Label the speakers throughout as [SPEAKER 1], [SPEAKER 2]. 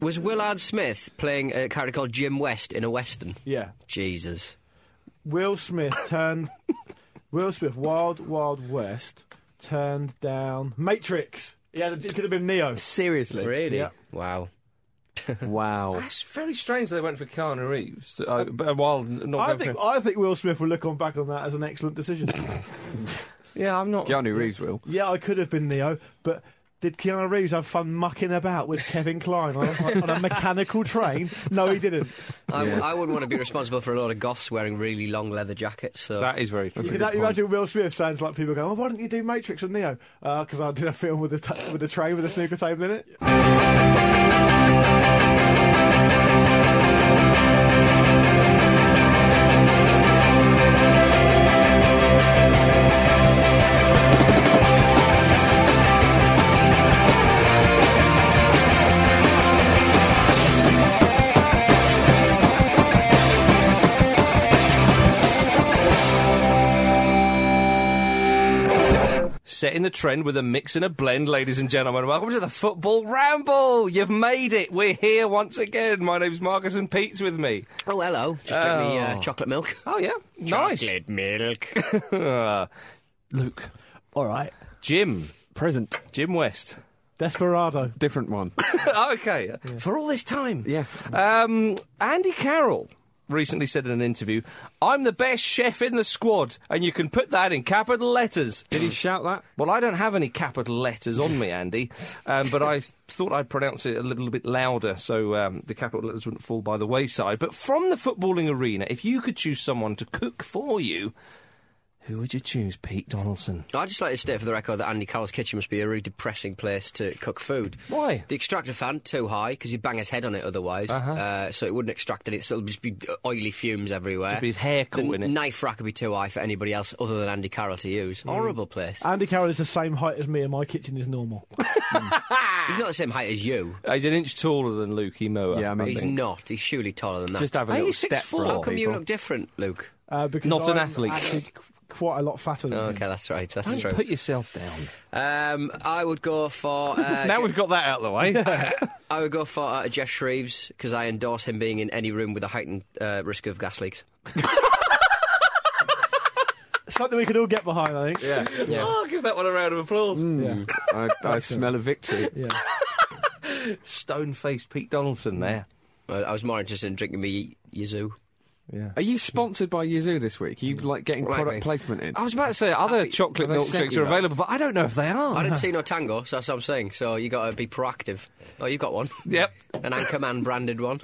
[SPEAKER 1] Was Willard Smith playing a character called Jim West in a Western?
[SPEAKER 2] Yeah.
[SPEAKER 1] Jesus.
[SPEAKER 2] Will Smith turned. Will Smith, Wild Wild West, turned down Matrix. Yeah, it could have been Neo.
[SPEAKER 3] Seriously.
[SPEAKER 1] Really?
[SPEAKER 2] Yeah.
[SPEAKER 1] Wow.
[SPEAKER 3] Wow.
[SPEAKER 4] That's very strange they went for Keanu Reeves. Uh, but while not
[SPEAKER 2] I
[SPEAKER 4] going
[SPEAKER 2] think
[SPEAKER 4] for,
[SPEAKER 2] I think Will Smith will look on back on that as an excellent decision.
[SPEAKER 4] yeah, I'm not.
[SPEAKER 3] Keanu Reeves will.
[SPEAKER 2] yeah, I could have been Neo, but did Keanu Reeves have fun mucking about with Kevin Klein on a, on a mechanical train? No, he didn't.
[SPEAKER 1] I, I wouldn't want to be responsible for a lot of goths wearing really long leather jackets. So
[SPEAKER 4] That is very true.
[SPEAKER 2] you can that, imagine Will Smith sounds like people going, "Oh, why don't you do Matrix with Neo?" Because I did a film with the ta with the train with a snooker table in it.
[SPEAKER 4] Setting the trend with a mix and a blend, ladies and gentlemen. Welcome to the Football Ramble. You've made it. We're here once again. My name's Marcus and Pete's with me.
[SPEAKER 1] oh hello, just drink me uh,
[SPEAKER 4] Oh.
[SPEAKER 1] chocolate milk.
[SPEAKER 4] Oh, yeah.
[SPEAKER 1] Chocolate milk.
[SPEAKER 4] Nice. Uh, Luke.
[SPEAKER 2] All right,
[SPEAKER 4] Jim.
[SPEAKER 3] Present.
[SPEAKER 4] Jim West.
[SPEAKER 2] Desperado.
[SPEAKER 3] Different one.
[SPEAKER 4] Oh, okay. For all this time.
[SPEAKER 3] Yeah.
[SPEAKER 4] Um, Andy Carroll recently said in an interview, I'm the best chef in the squad, and you can put that in capital letters.
[SPEAKER 3] Did he shout that?
[SPEAKER 4] Well, I don't have any capital letters on me, Andy, um, but I thought I'd pronounce it a little bit louder so um, the capital letters wouldn't fall by the wayside. But from the footballing arena, if you could choose someone to cook for you, who would you choose, Pete Donaldson?
[SPEAKER 1] I'd just like to state for the record that Andy Carroll's kitchen must be a really depressing place to cook food.
[SPEAKER 4] Why? Uh-huh.
[SPEAKER 1] The extractor fan, too high, because he'd bang his head on it otherwise. uh so it wouldn't extract any, so it'll just be oily fumes everywhere.
[SPEAKER 4] It'd be his hair
[SPEAKER 1] the
[SPEAKER 4] caught in it. Mm.
[SPEAKER 1] knife rack would be too high for anybody else other than Andy Carroll to use. Horrible place.
[SPEAKER 2] Andy Carroll is the same height as me, and my kitchen is normal.
[SPEAKER 1] He's not the same height as you.
[SPEAKER 4] Uh, He's an inch taller than Lukey Moa.
[SPEAKER 3] Yeah, I mean-
[SPEAKER 1] He's not. He's surely taller than that.
[SPEAKER 3] Just have a
[SPEAKER 4] Hey,
[SPEAKER 3] little
[SPEAKER 4] he's
[SPEAKER 3] step for
[SPEAKER 4] 6'4".
[SPEAKER 3] other
[SPEAKER 1] How come you
[SPEAKER 3] people.
[SPEAKER 1] look different, Luke?
[SPEAKER 2] Uh, because
[SPEAKER 4] Not an
[SPEAKER 2] I'm
[SPEAKER 4] athlete.
[SPEAKER 2] actually qu- quite a lot fatter than
[SPEAKER 1] Oh,
[SPEAKER 3] Mm.
[SPEAKER 2] him.
[SPEAKER 1] okay, that's right. That's
[SPEAKER 4] Don't
[SPEAKER 1] true.
[SPEAKER 4] put yourself down.
[SPEAKER 1] Um, I would go for. Uh,
[SPEAKER 4] now
[SPEAKER 1] Je-
[SPEAKER 4] we've got that out of the way.
[SPEAKER 1] I would go for uh, Jeff Shreves because I endorse him being in any room with a heightened uh, risk of gas leaks.
[SPEAKER 2] Something we could all get behind, I think.
[SPEAKER 3] Yeah.
[SPEAKER 4] I'll Oh, give that one a round of applause.
[SPEAKER 2] Yeah.
[SPEAKER 3] I, I smell a victory.
[SPEAKER 2] yeah.
[SPEAKER 4] Stone faced Pete Donaldson there.
[SPEAKER 1] I I was more interested in drinking me Yazoo.
[SPEAKER 2] yeah.
[SPEAKER 3] Are you sponsored by Yazoo this week? Are you like getting
[SPEAKER 1] Right,
[SPEAKER 3] product
[SPEAKER 1] mate.
[SPEAKER 3] placement in?
[SPEAKER 4] I was about to say other chocolate
[SPEAKER 3] Have they sent
[SPEAKER 4] milkshakes
[SPEAKER 3] you
[SPEAKER 4] are available, but I don't know if they
[SPEAKER 1] I
[SPEAKER 4] are.
[SPEAKER 1] didn't see no tango, so that's what I'm saying. So you got to be proactive. Oh, you got one.
[SPEAKER 4] Yep.
[SPEAKER 1] An Anchorman branded one.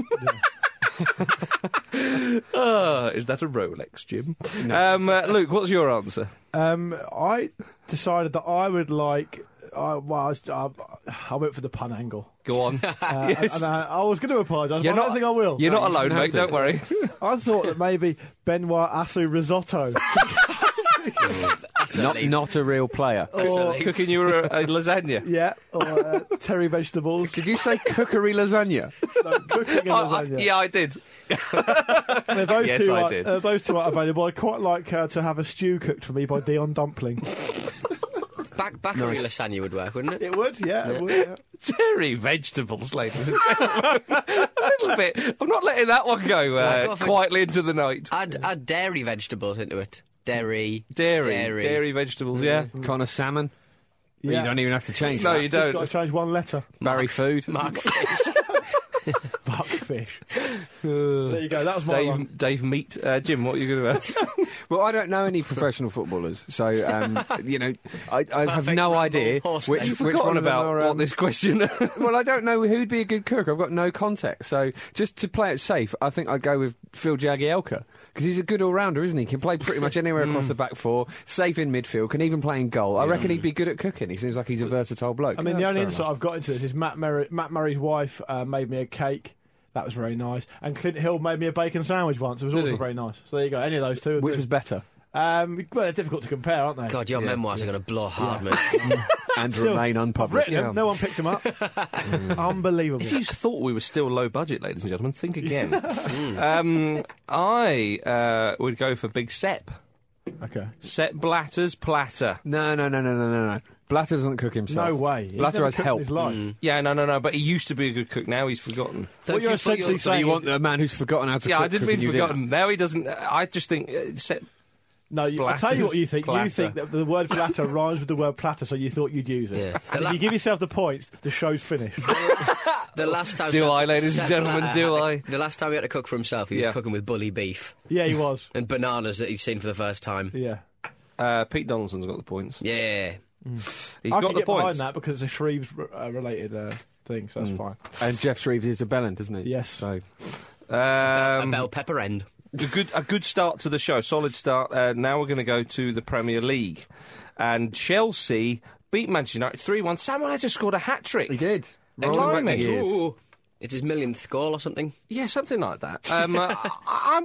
[SPEAKER 4] Uh, is that a Rolex, Jim? Um, uh, Luke, what's your answer?
[SPEAKER 2] Um, I decided that I would like. I, well, I, was- I, I went for the pun angle.
[SPEAKER 4] Go on.
[SPEAKER 2] Uh, and- and I, I was going to apologise, but I don't think I will.
[SPEAKER 4] You're not
[SPEAKER 3] you
[SPEAKER 4] alone,
[SPEAKER 3] don't have
[SPEAKER 4] mate.
[SPEAKER 3] to.
[SPEAKER 4] Don't worry.
[SPEAKER 2] I thought that maybe Benoit Asu Risotto.
[SPEAKER 3] not, not a real player.
[SPEAKER 1] Absolutely.
[SPEAKER 4] Cooking you a, a lasagna.
[SPEAKER 2] yeah, or uh, Terry Vegetables.
[SPEAKER 3] Did you say cookery lasagna?
[SPEAKER 2] No, cooking and
[SPEAKER 4] I- Oh, I-
[SPEAKER 2] lasagna.
[SPEAKER 4] yeah, I did.
[SPEAKER 2] And if those
[SPEAKER 4] Yes,
[SPEAKER 2] two
[SPEAKER 4] I
[SPEAKER 2] are,
[SPEAKER 4] did.
[SPEAKER 2] uh, those two are available. I'd quite like uh, to have a stew cooked for me by Dion Dumpling.
[SPEAKER 1] Back, back nice. lasagna would work, wouldn't it?
[SPEAKER 2] It would, yeah, it would. Yeah.
[SPEAKER 4] Terry vegetables, ladies and gentlemen. a little bit. I'm not letting that one go
[SPEAKER 1] Well,
[SPEAKER 4] uh,
[SPEAKER 1] go for-
[SPEAKER 4] quietly into the night.
[SPEAKER 1] Add, add dairy vegetables into it. Dairy.
[SPEAKER 4] Dairy,
[SPEAKER 1] Dairy.
[SPEAKER 4] dairy, vegetables. Yeah.
[SPEAKER 3] Connor Salmon?
[SPEAKER 2] Yeah.
[SPEAKER 3] You don't even have to change
[SPEAKER 4] No,
[SPEAKER 3] that.
[SPEAKER 4] you
[SPEAKER 2] Just got to
[SPEAKER 4] don't.
[SPEAKER 2] change one letter.
[SPEAKER 3] Barry Food?
[SPEAKER 1] Mark fish.
[SPEAKER 2] Fuck fish. there you go. That was my one.
[SPEAKER 4] Dave, Dave Meat. Uh, Jim, what are you going to add?
[SPEAKER 3] Well, I don't know any professional footballers, so um, you know, I, I have
[SPEAKER 1] Perfect
[SPEAKER 3] no
[SPEAKER 1] ramble
[SPEAKER 3] idea
[SPEAKER 1] horse
[SPEAKER 3] which,
[SPEAKER 1] name.
[SPEAKER 3] which one
[SPEAKER 4] Forgotten
[SPEAKER 3] of them
[SPEAKER 4] about
[SPEAKER 3] are,
[SPEAKER 4] what
[SPEAKER 3] um,
[SPEAKER 4] this question.
[SPEAKER 3] well, I don't know who'd be a good cook. I've got no context. So just to play it safe, I think I'd go with Phil Jagielka because he's a good all-rounder, isn't he? Can play pretty much anywhere
[SPEAKER 4] Mm.
[SPEAKER 3] across the back four, safe in midfield, can even play in goal. I reckon he'd be good at cooking. He seems like he's a versatile bloke.
[SPEAKER 2] I mean, the
[SPEAKER 3] That's
[SPEAKER 2] only
[SPEAKER 3] fair
[SPEAKER 2] insight I've got into this is Matt, Murray, Matt Murray's wife uh, made me a cake. That was very nice. And Clint Hill made me a bacon sandwich once. It was also
[SPEAKER 4] he?
[SPEAKER 2] very nice. So there you go. Any of those two. would
[SPEAKER 3] enough. which
[SPEAKER 2] do.
[SPEAKER 3] was better
[SPEAKER 2] Um, well, they're difficult to compare, aren't they?
[SPEAKER 1] God, your memoirs are going to blow hard, mate.
[SPEAKER 3] and
[SPEAKER 2] Still,
[SPEAKER 3] remain
[SPEAKER 2] I've
[SPEAKER 3] unpublished.
[SPEAKER 2] written them. No one picked them up. Unbelievable.
[SPEAKER 4] If you thought we were still low budget, ladies and gentlemen, think again. um, I uh, would go for Big Sep.
[SPEAKER 2] Okay.
[SPEAKER 4] Sep Blatters Platter.
[SPEAKER 3] No, no, no, no, no, no, no. Blatter doesn't cook himself.
[SPEAKER 2] No way. He's
[SPEAKER 3] Blatter
[SPEAKER 2] never
[SPEAKER 3] has
[SPEAKER 2] cooked in
[SPEAKER 3] help.
[SPEAKER 2] His life.
[SPEAKER 4] Yeah, no, no, no. But he used to be a good cook. Now he's forgotten.
[SPEAKER 2] What you're essentially
[SPEAKER 3] So you
[SPEAKER 2] saying.
[SPEAKER 3] want
[SPEAKER 2] is,
[SPEAKER 3] a man who's forgotten how to
[SPEAKER 4] yeah,
[SPEAKER 3] cook?
[SPEAKER 4] I didn't
[SPEAKER 3] cooking
[SPEAKER 4] mean
[SPEAKER 3] you dinner.
[SPEAKER 4] forgotten. Now he doesn't. I just think uh, Sep.
[SPEAKER 2] no, you, I'll tell you what you think. You
[SPEAKER 4] Blatters.
[SPEAKER 2] think that the word platter rhymes with the word platter, so you thought you'd use it.
[SPEAKER 1] Yeah.
[SPEAKER 2] And if you give yourself the points, the show's finished.
[SPEAKER 1] the last time,
[SPEAKER 4] Do I, ladies and gentlemen? Do I?
[SPEAKER 1] The last time he had to cook for himself, he was
[SPEAKER 4] Yeah.
[SPEAKER 1] cooking with bully beef
[SPEAKER 2] yeah, he was.
[SPEAKER 1] and bananas that he'd seen for the first time.
[SPEAKER 2] Yeah.
[SPEAKER 4] Uh, Pete Donaldson's got the points.
[SPEAKER 1] Yeah,
[SPEAKER 4] He's
[SPEAKER 2] I
[SPEAKER 4] got
[SPEAKER 2] can
[SPEAKER 4] the
[SPEAKER 2] get
[SPEAKER 4] points. Mm.
[SPEAKER 2] behind that because it's a Shreves uh, related uh, thing, so that's fine.
[SPEAKER 3] And Jeff Shreves is a bellend, doesn't he?
[SPEAKER 2] Yes.
[SPEAKER 3] So
[SPEAKER 1] a
[SPEAKER 4] Um,
[SPEAKER 1] bell pepper end.
[SPEAKER 4] a good a good start to the show, solid start. Uh, now we're going to go to the Premier League, and Chelsea beat Manchester United three one. Samuel Eto'o scored a hat trick.
[SPEAKER 3] he did.
[SPEAKER 4] Rolling back the years.
[SPEAKER 1] Ooh, it's his millionth goal or something.
[SPEAKER 4] Yeah, something like that. Um, uh, I,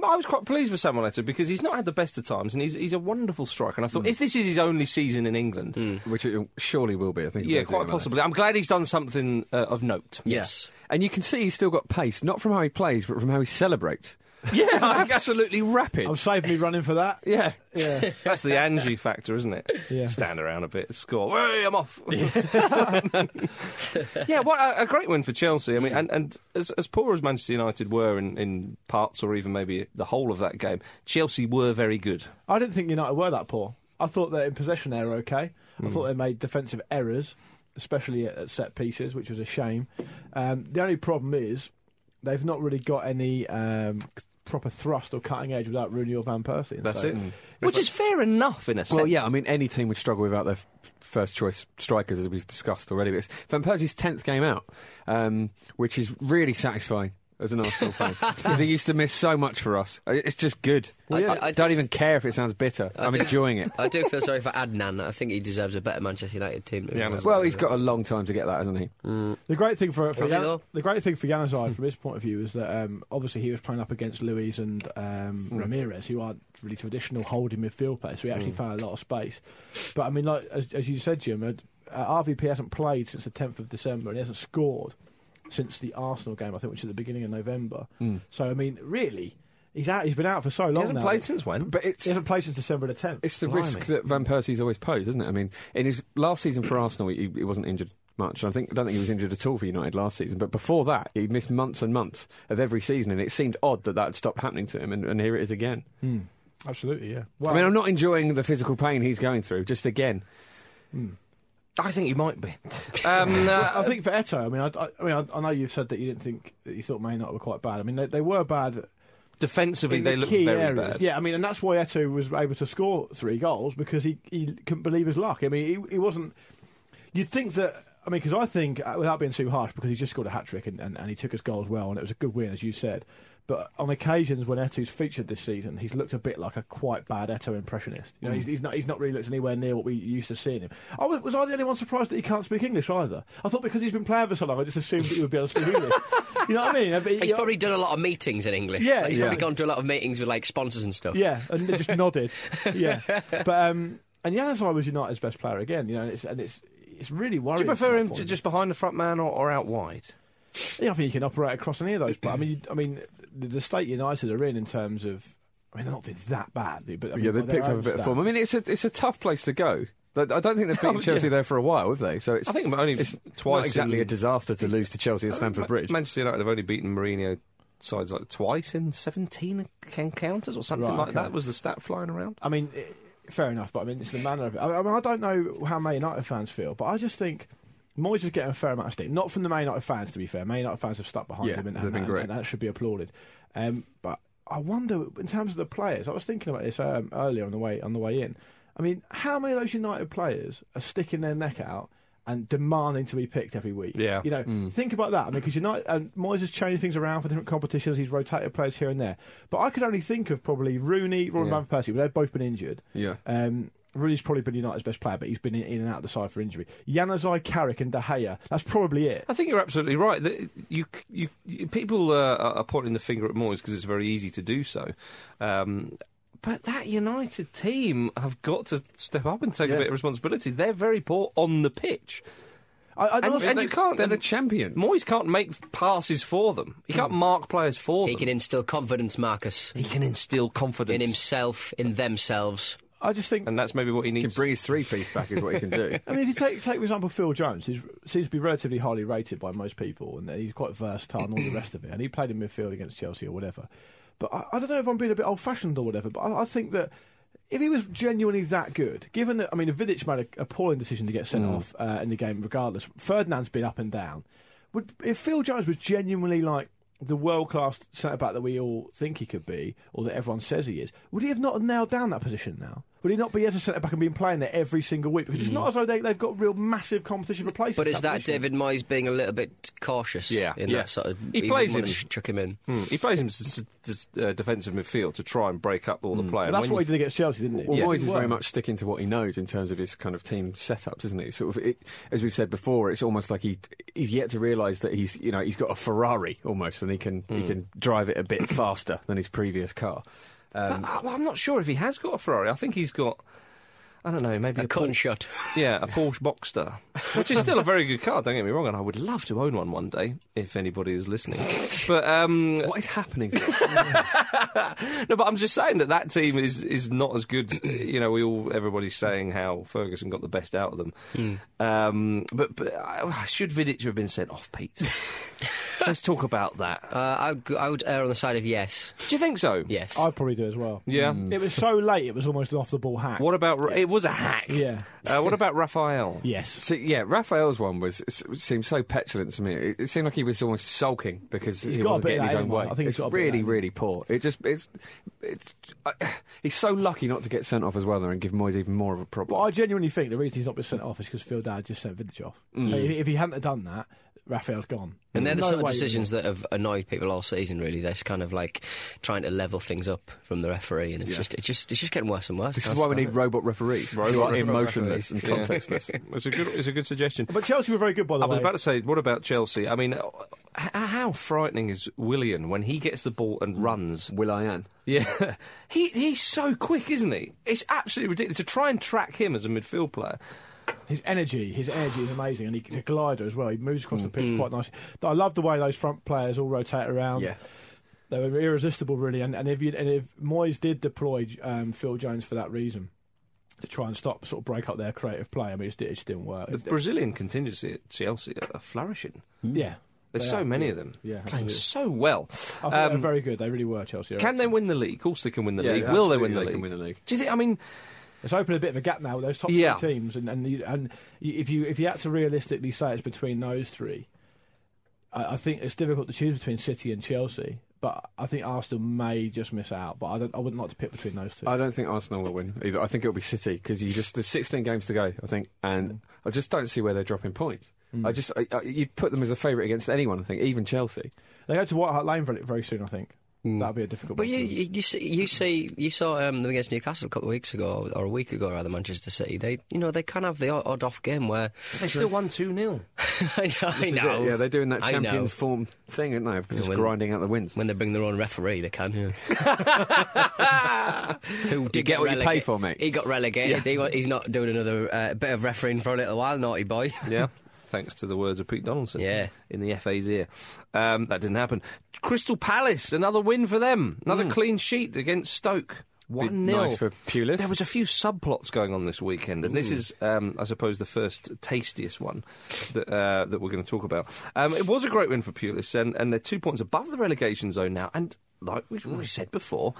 [SPEAKER 4] I, I was quite pleased with Samuel Eto'o because he's not had the best of times, and he's he's a wonderful striker. And I thought if this is his only season in England,
[SPEAKER 3] Which it surely will be, I think.
[SPEAKER 4] yeah,
[SPEAKER 3] about
[SPEAKER 4] quite
[SPEAKER 3] it.
[SPEAKER 4] possibly. I'm glad he's done something uh, of note.
[SPEAKER 1] Yes.
[SPEAKER 3] And you can see he's still got pace, not from how he plays, but from how he celebrates.
[SPEAKER 4] Yeah,
[SPEAKER 3] He's absolutely rapid.
[SPEAKER 2] I've Oh, saved me running for that.
[SPEAKER 3] yeah.
[SPEAKER 2] Yeah.
[SPEAKER 4] that's the Angie factor, isn't it?
[SPEAKER 2] Yeah.
[SPEAKER 4] Stand around a bit, score. Hey, I'm off. yeah, what a, a great win for Chelsea. I mean, and, and as, as poor as Manchester United were in, in parts or even maybe the whole of that game, Chelsea were very good.
[SPEAKER 2] I didn't think United were that poor. I thought that in possession they were okay. I
[SPEAKER 4] Mm.
[SPEAKER 2] thought they made defensive errors, especially at, at set pieces, which was a shame. Um, the only problem is they've not really got any um, c- proper thrust or cutting edge without Rooney or Van Persie. and so-
[SPEAKER 4] Which is fair enough in a sense.
[SPEAKER 3] Well, yeah, I mean, any team would struggle without their f- first choice strikers, as we've discussed already. But it's Van Persie's 10th game out, um, which is really satisfying as an Arsenal fan. Because he used to miss so much for us. I- It's just good.
[SPEAKER 1] I
[SPEAKER 3] I,
[SPEAKER 1] do- I
[SPEAKER 3] don't
[SPEAKER 1] do-
[SPEAKER 3] even care if it sounds bitter. I am
[SPEAKER 1] do-
[SPEAKER 3] enjoying it.
[SPEAKER 1] I do feel sorry for Adnan. I think he deserves a better Manchester United team.
[SPEAKER 4] Yeah,
[SPEAKER 3] Well, he's got a long time to get that, hasn't he?
[SPEAKER 2] The great thing for, for
[SPEAKER 1] Was it
[SPEAKER 2] Yan-
[SPEAKER 1] though?
[SPEAKER 2] the great thing for Yanazai from his point of view is that um, obviously he was playing up against Luis and um,
[SPEAKER 4] Hmm.
[SPEAKER 2] Ramirez, who aren't really traditional holding midfield players, so he actually found a lot of space. But I mean, like as, as you said, Jim, uh, uh, RVP hasn't played since the 10th of December and he hasn't scored since the Arsenal game, I think, which is the beginning of November. So I mean, really, he's out. He's been out for so long
[SPEAKER 4] Hmm. He hasn't
[SPEAKER 2] now.
[SPEAKER 4] played since when?
[SPEAKER 3] But it's
[SPEAKER 2] He hasn't played since December the 10th.
[SPEAKER 3] It's the
[SPEAKER 2] Blimey.
[SPEAKER 3] risk that Van Persie's always posed, isn't it? I mean, in his last season for Arsenal, he, he wasn't injured much. I think I don't think he was injured at all for United last season. But before that, he missed months and months of every season, and it seemed odd that that had stopped happening to him. And, and here it is again.
[SPEAKER 2] Absolutely, yeah.
[SPEAKER 3] I mean, I'm not enjoying the physical pain he's going through. Just again,
[SPEAKER 4] I think he might be. Um, uh,
[SPEAKER 2] I think for Eto, I mean, I, I, I mean, I, I know you've said that you didn't think that you thought Man United were quite bad. I mean, they, they were bad
[SPEAKER 4] defensively,
[SPEAKER 2] in
[SPEAKER 4] they
[SPEAKER 2] the
[SPEAKER 4] look
[SPEAKER 2] key
[SPEAKER 4] very
[SPEAKER 2] areas.
[SPEAKER 4] bad.
[SPEAKER 2] Yeah, I mean, and that's why Eto was able to score three goals because he, he couldn't believe his luck. I mean, he, he wasn't. You'd think that. I mean, because I think, uh, without being too harsh, because he just scored a hat trick and, and, and he took his goals well, and it was a good win, as you said. But on occasions when Eto's featured this season, he's looked a bit like a quite bad Eto impressionist. You know,
[SPEAKER 4] Mm.
[SPEAKER 2] he's, he's not he's not really looked anywhere near what we used to see in him. I was, was I the only one surprised that he can't speak English either? I thought because he's been playing for so long, I just assumed that he would be able to speak English. you know what I mean? But he-
[SPEAKER 1] He's probably done a lot of meetings in English.
[SPEAKER 2] Yeah,
[SPEAKER 1] Like, he's
[SPEAKER 2] yeah.
[SPEAKER 1] probably gone to a lot of meetings with like sponsors and stuff.
[SPEAKER 2] Yeah, and they just nodded. Yeah, but um, and Yanazai was United's best player again. You know, and it's and it's it's really worrying.
[SPEAKER 4] Do you prefer
[SPEAKER 2] from
[SPEAKER 4] him
[SPEAKER 2] that
[SPEAKER 4] to
[SPEAKER 2] point.
[SPEAKER 4] just behind the front man or, or out wide?
[SPEAKER 2] Yeah, I think he can operate across any of those. But I mean, you, I mean, the, the state United are in in terms of. I mean, they're not doing that badly, but I mean,
[SPEAKER 3] yeah, they
[SPEAKER 2] by their
[SPEAKER 3] picked up
[SPEAKER 2] own
[SPEAKER 3] a bit of
[SPEAKER 2] stat-
[SPEAKER 3] form. I mean, it's a it's a tough place to go. But I don't think they've beaten
[SPEAKER 4] Oh,
[SPEAKER 3] Chelsea
[SPEAKER 4] yeah.
[SPEAKER 3] there for a while, have they? So it's
[SPEAKER 4] I think only
[SPEAKER 3] it's
[SPEAKER 4] twice
[SPEAKER 3] Not exactly
[SPEAKER 4] in-
[SPEAKER 3] a disaster to lose to Chelsea at
[SPEAKER 4] Ma-
[SPEAKER 3] Stamford Bridge.
[SPEAKER 4] Manchester United have only beaten Mourinho sides like twice in 17 encounters or something
[SPEAKER 2] Right,
[SPEAKER 4] like
[SPEAKER 2] okay.
[SPEAKER 4] that. Was the stat flying around?
[SPEAKER 2] I mean, eh, it, fair enough, but I mean, it's the manner of it. I mean, I don't know how Man United fans feel, but I just think Moyes is getting a fair amount of stick, not from the Man United fans, to be fair. Man United fans have stuck behind
[SPEAKER 5] Yeah,
[SPEAKER 2] him, and,
[SPEAKER 5] they've
[SPEAKER 2] and-
[SPEAKER 5] been
[SPEAKER 2] and-
[SPEAKER 5] great.
[SPEAKER 2] and that should be applauded. Um, but I wonder, in terms of the players, I was thinking about this um, earlier on the way on the way in. I mean, how many of those United players are sticking their neck out and demanding to be picked every week?
[SPEAKER 4] Yeah.
[SPEAKER 2] you know,
[SPEAKER 4] Mm.
[SPEAKER 2] think about that. I mean, because United and um, Moyes has changed things around for different competitions. He's rotated players here and there. But I could only think of probably Rooney, Ron
[SPEAKER 3] Yeah.
[SPEAKER 2] Van Persie, but they've both been injured.
[SPEAKER 5] Yeah.
[SPEAKER 2] Um, Rooney's probably been United's best player, but he's been in, in and out of the side for injury. Yanazai, Carrick, and De Gea. That's probably it.
[SPEAKER 4] I think you're absolutely right. That you, you, you people uh, are pointing the finger at Moyes because it's very easy to do so. Um, but that United team have got to step up and take
[SPEAKER 5] Yeah.
[SPEAKER 4] a bit of responsibility. They're very poor on the pitch.
[SPEAKER 2] I, I
[SPEAKER 4] And,
[SPEAKER 2] also
[SPEAKER 4] and you
[SPEAKER 2] think-
[SPEAKER 4] can't.
[SPEAKER 3] They're the champions.
[SPEAKER 4] Moyes can't make passes for them. He can't mark players for
[SPEAKER 1] He
[SPEAKER 4] them.
[SPEAKER 1] can instill confidence, Marcus,
[SPEAKER 4] he can instill confidence
[SPEAKER 1] in himself, in themselves.
[SPEAKER 2] I just think.
[SPEAKER 4] and that's maybe what he
[SPEAKER 5] He
[SPEAKER 4] needs.
[SPEAKER 5] can bring his three piece back, is what he can do.
[SPEAKER 2] I mean, if you take, take for example, Phil Jones, who seems to be relatively highly rated by most people, and he's quite versatile and all the rest of it, and he played in midfield against Chelsea or whatever. But I, I don't know if I'm being a bit old fashioned or whatever, but I, I think that if he was genuinely that good, given that, I mean, Vidic made a appalling decision to get sent off uh, in the game regardless, Ferdinand's been up and down. Would, if Phil Jones was genuinely like the world class centre back that we all think he could be, or that everyone says he is, would he have not nailed down that position now? Would he not be as a centre back and been playing there every single week? Because it's not as though they, they've got real massive competition for places.
[SPEAKER 1] But
[SPEAKER 2] at
[SPEAKER 1] is that
[SPEAKER 2] position.
[SPEAKER 1] David Moyes being a little bit cautious?
[SPEAKER 4] Yeah.
[SPEAKER 1] in
[SPEAKER 4] Yeah.
[SPEAKER 1] that sort of
[SPEAKER 4] He
[SPEAKER 1] wouldn't
[SPEAKER 4] plays
[SPEAKER 1] wanna
[SPEAKER 4] him.
[SPEAKER 1] sh- chuck him in.
[SPEAKER 4] Hmm. He plays him s- s- s- uh, defensive midfield to try and break up all the
[SPEAKER 2] But
[SPEAKER 4] play. And
[SPEAKER 2] that's
[SPEAKER 4] when
[SPEAKER 2] what
[SPEAKER 4] you-
[SPEAKER 2] he did against Chelsea, didn't he?
[SPEAKER 3] Well,
[SPEAKER 4] Yeah.
[SPEAKER 3] Moyes is very much sticking to what he knows in terms of his kind of team setups, isn't he? Sort of, it, as we've said before, it's almost like he he's yet to realise that he's you know he's got a Ferrari almost, and he can he can drive it a bit faster than his previous car. Um,
[SPEAKER 4] But I, am not sure if he has got a Ferrari. I think he's got. I don't know, maybe
[SPEAKER 1] A
[SPEAKER 4] a,
[SPEAKER 1] cut and
[SPEAKER 4] Porsche.
[SPEAKER 1] shut.
[SPEAKER 4] Yeah, a Porsche Boxster, which is still a very good car. Don't get me wrong, and I would love to own one one day if anybody is listening. But um,
[SPEAKER 3] what is happening? To us?
[SPEAKER 4] no, but I'm just saying that that team is is not as good. You know, we all everybody's saying how Ferguson got the best out of them.
[SPEAKER 3] Hmm.
[SPEAKER 4] Um, but but uh, should Vidic have been sent off, Pete? Let's talk about that.
[SPEAKER 1] Uh, I, would, go- I would err on the side of yes.
[SPEAKER 4] Do you think so?
[SPEAKER 1] Yes.
[SPEAKER 2] I'd probably do as well. Mm.
[SPEAKER 4] Yeah.
[SPEAKER 2] It was so late, it was almost an off the ball hack.
[SPEAKER 4] What about Ra- it was a hack?
[SPEAKER 2] Yeah.
[SPEAKER 4] Uh, what about Raphael?
[SPEAKER 2] Yes.
[SPEAKER 3] so, yeah, Raphael's one was it seemed so petulant to me. It, it seemed like he was almost sulking because
[SPEAKER 2] He's
[SPEAKER 3] he
[SPEAKER 2] got a
[SPEAKER 3] wasn't
[SPEAKER 2] bit of
[SPEAKER 3] getting his
[SPEAKER 2] that
[SPEAKER 3] own
[SPEAKER 2] in him,
[SPEAKER 3] way.
[SPEAKER 2] I think he's
[SPEAKER 3] it's
[SPEAKER 2] got a bit of that
[SPEAKER 3] really
[SPEAKER 2] in him.
[SPEAKER 3] really poor. It just it's it's I he's so lucky not to get sent off as well though and give Moyes even more of a problem.
[SPEAKER 2] But I genuinely think the reason he's not been sent off is because Phil Dad just sent Vidic off. If, if he hadn't have done that, Raphael's gone.
[SPEAKER 1] And they're the
[SPEAKER 2] No
[SPEAKER 1] sort of
[SPEAKER 2] way he
[SPEAKER 1] decisions that have annoyed people all season. Really, they're just kind of like trying to level things up from the referee, and it's just it's just it's just getting worse and worse.
[SPEAKER 3] this is why we need robot referees
[SPEAKER 4] Robot
[SPEAKER 3] who are
[SPEAKER 4] referees.
[SPEAKER 3] emotionless and
[SPEAKER 4] Yeah.
[SPEAKER 3] contextless.
[SPEAKER 4] It's a good. It's a good suggestion.
[SPEAKER 2] But Chelsea were very good, by the
[SPEAKER 4] I
[SPEAKER 2] way.
[SPEAKER 4] was about to say, what about Chelsea? I mean, uh, h- how frightening is Willian when he gets the ball
[SPEAKER 2] Mm.
[SPEAKER 4] and runs?
[SPEAKER 3] Will I Ann?
[SPEAKER 4] Yeah, he he's so quick, isn't he? It's absolutely ridiculous to try and track him as a midfield player.
[SPEAKER 2] His energy, his energy is amazing, and he, he's a glider as well. He moves across the pitch
[SPEAKER 4] Mm-hmm.
[SPEAKER 2] quite nicely. Th- I love the way those front players all rotate
[SPEAKER 3] Um,
[SPEAKER 2] around.
[SPEAKER 5] Yeah.
[SPEAKER 2] They were irresistible, really. And, and if you, and if Moyes did deploy um, Phil Jones for that reason to try and stop, sort of break up their creative play, I mean, it just, it just didn't work.
[SPEAKER 4] The Brazilian contingency at Chelsea are, are flourishing.
[SPEAKER 2] yeah,
[SPEAKER 4] There's
[SPEAKER 2] They
[SPEAKER 4] so
[SPEAKER 2] are,
[SPEAKER 4] many of them
[SPEAKER 2] yeah,
[SPEAKER 4] playing
[SPEAKER 2] absolutely.
[SPEAKER 4] so well.
[SPEAKER 2] I thought they were very good. They really were Chelsea.
[SPEAKER 4] Can they win the league? Of course, they can win the
[SPEAKER 3] Yeah,
[SPEAKER 4] league. Will they win the
[SPEAKER 3] absolutely, they
[SPEAKER 4] league?
[SPEAKER 3] can win the league.
[SPEAKER 4] Do you think? I mean,
[SPEAKER 2] It's opened a bit of a gap now with those top
[SPEAKER 4] Yeah.
[SPEAKER 2] three teams, and and, you, and you- if you if you had to realistically say it's between those three, I, I think it's difficult to choose between City and Chelsea. But I think Arsenal may just miss out. But I don't, I wouldn't like to pick between those two.
[SPEAKER 3] I don't think Arsenal will win either. I think it'll be City because you just there's 16 games to go. I think, and I just don't see where they're dropping points. I just I, I, you'd put them as a favourite against anyone. I think even Chelsea.
[SPEAKER 2] they go to White Hart Lane very, very soon. I think
[SPEAKER 3] Hmm.
[SPEAKER 2] that'll be a difficult.
[SPEAKER 1] But
[SPEAKER 2] one
[SPEAKER 1] you,
[SPEAKER 2] for them.
[SPEAKER 1] you, you see, you see, you saw um, them against Newcastle a couple of weeks ago, or a week ago, rather, Manchester City. They, you know, they can have the odd, odd off game where
[SPEAKER 4] they still won two 0
[SPEAKER 1] I know, I
[SPEAKER 3] This is
[SPEAKER 1] know.
[SPEAKER 3] it. Yeah, they're doing that
[SPEAKER 1] I
[SPEAKER 3] Champions
[SPEAKER 1] know.
[SPEAKER 3] form thing, aren't they? Of Just
[SPEAKER 1] when-
[SPEAKER 3] grinding out the wins.
[SPEAKER 1] When they bring their own referee, they can. Who did
[SPEAKER 3] get what you
[SPEAKER 1] relega-
[SPEAKER 3] pay for, mate.
[SPEAKER 1] He got relegated. He wa he's not doing another uh, bit of refereeing for a little while, naughty boy.
[SPEAKER 4] Yeah. Thanks to the words of Pete Donaldson
[SPEAKER 1] Yeah.
[SPEAKER 4] in the FA's ear. Um, that didn't happen. Crystal Palace, another win for them. Another clean sheet against Stoke. 1 0.
[SPEAKER 3] Mm. nice for Pulis.
[SPEAKER 4] There was a few subplots going on this weekend, and this is, um, I suppose, the first tastiest one that, uh, that we're going to talk about. Um, it was a great win for Pulis, and, and they're two points above the relegation zone now. And like we, we said before,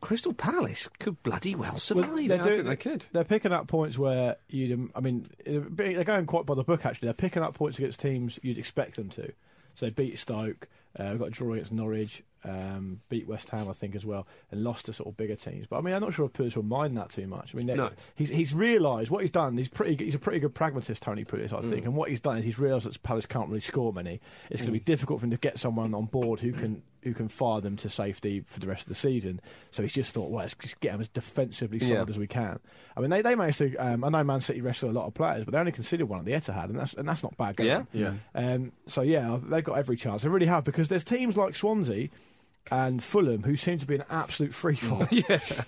[SPEAKER 4] Crystal Palace could bloody Hmm. well survive.
[SPEAKER 3] they're I doing- think they could.
[SPEAKER 2] They're picking up points where you'd. I mean, it'd be- they're going quite by the book actually. They're picking up points against teams you'd expect them to. So they beat Stoke. Uh, got a draw against Norwich. Um, beat West Ham, I think, as well, and lost to sort of bigger teams. But I mean, I'm not sure if Pulis will mind that too much. I mean, they-
[SPEAKER 5] No.
[SPEAKER 2] he's he's realised what he's done. He's pretty. g- He's a pretty good pragmatist, Tony Pulis, I think. And what he's done is he's realised that Palace can't really score many. It's going to be difficult for him to get someone on board who can who can fire them to safety for the rest of the season. So he's just thought, well, let's just get them as defensively solid
[SPEAKER 3] Yeah.
[SPEAKER 2] as we can. I mean, they, they managed to. Um, I know Man City wrestled a lot of players, but they only conceded one at the Etihad, and that's and that's not bad. Going.
[SPEAKER 4] Yeah.
[SPEAKER 5] Yeah.
[SPEAKER 2] Um, so yeah, they've got every chance. They really have because there's teams like Swansea. And Fulham, who seem to be an absolute freefall.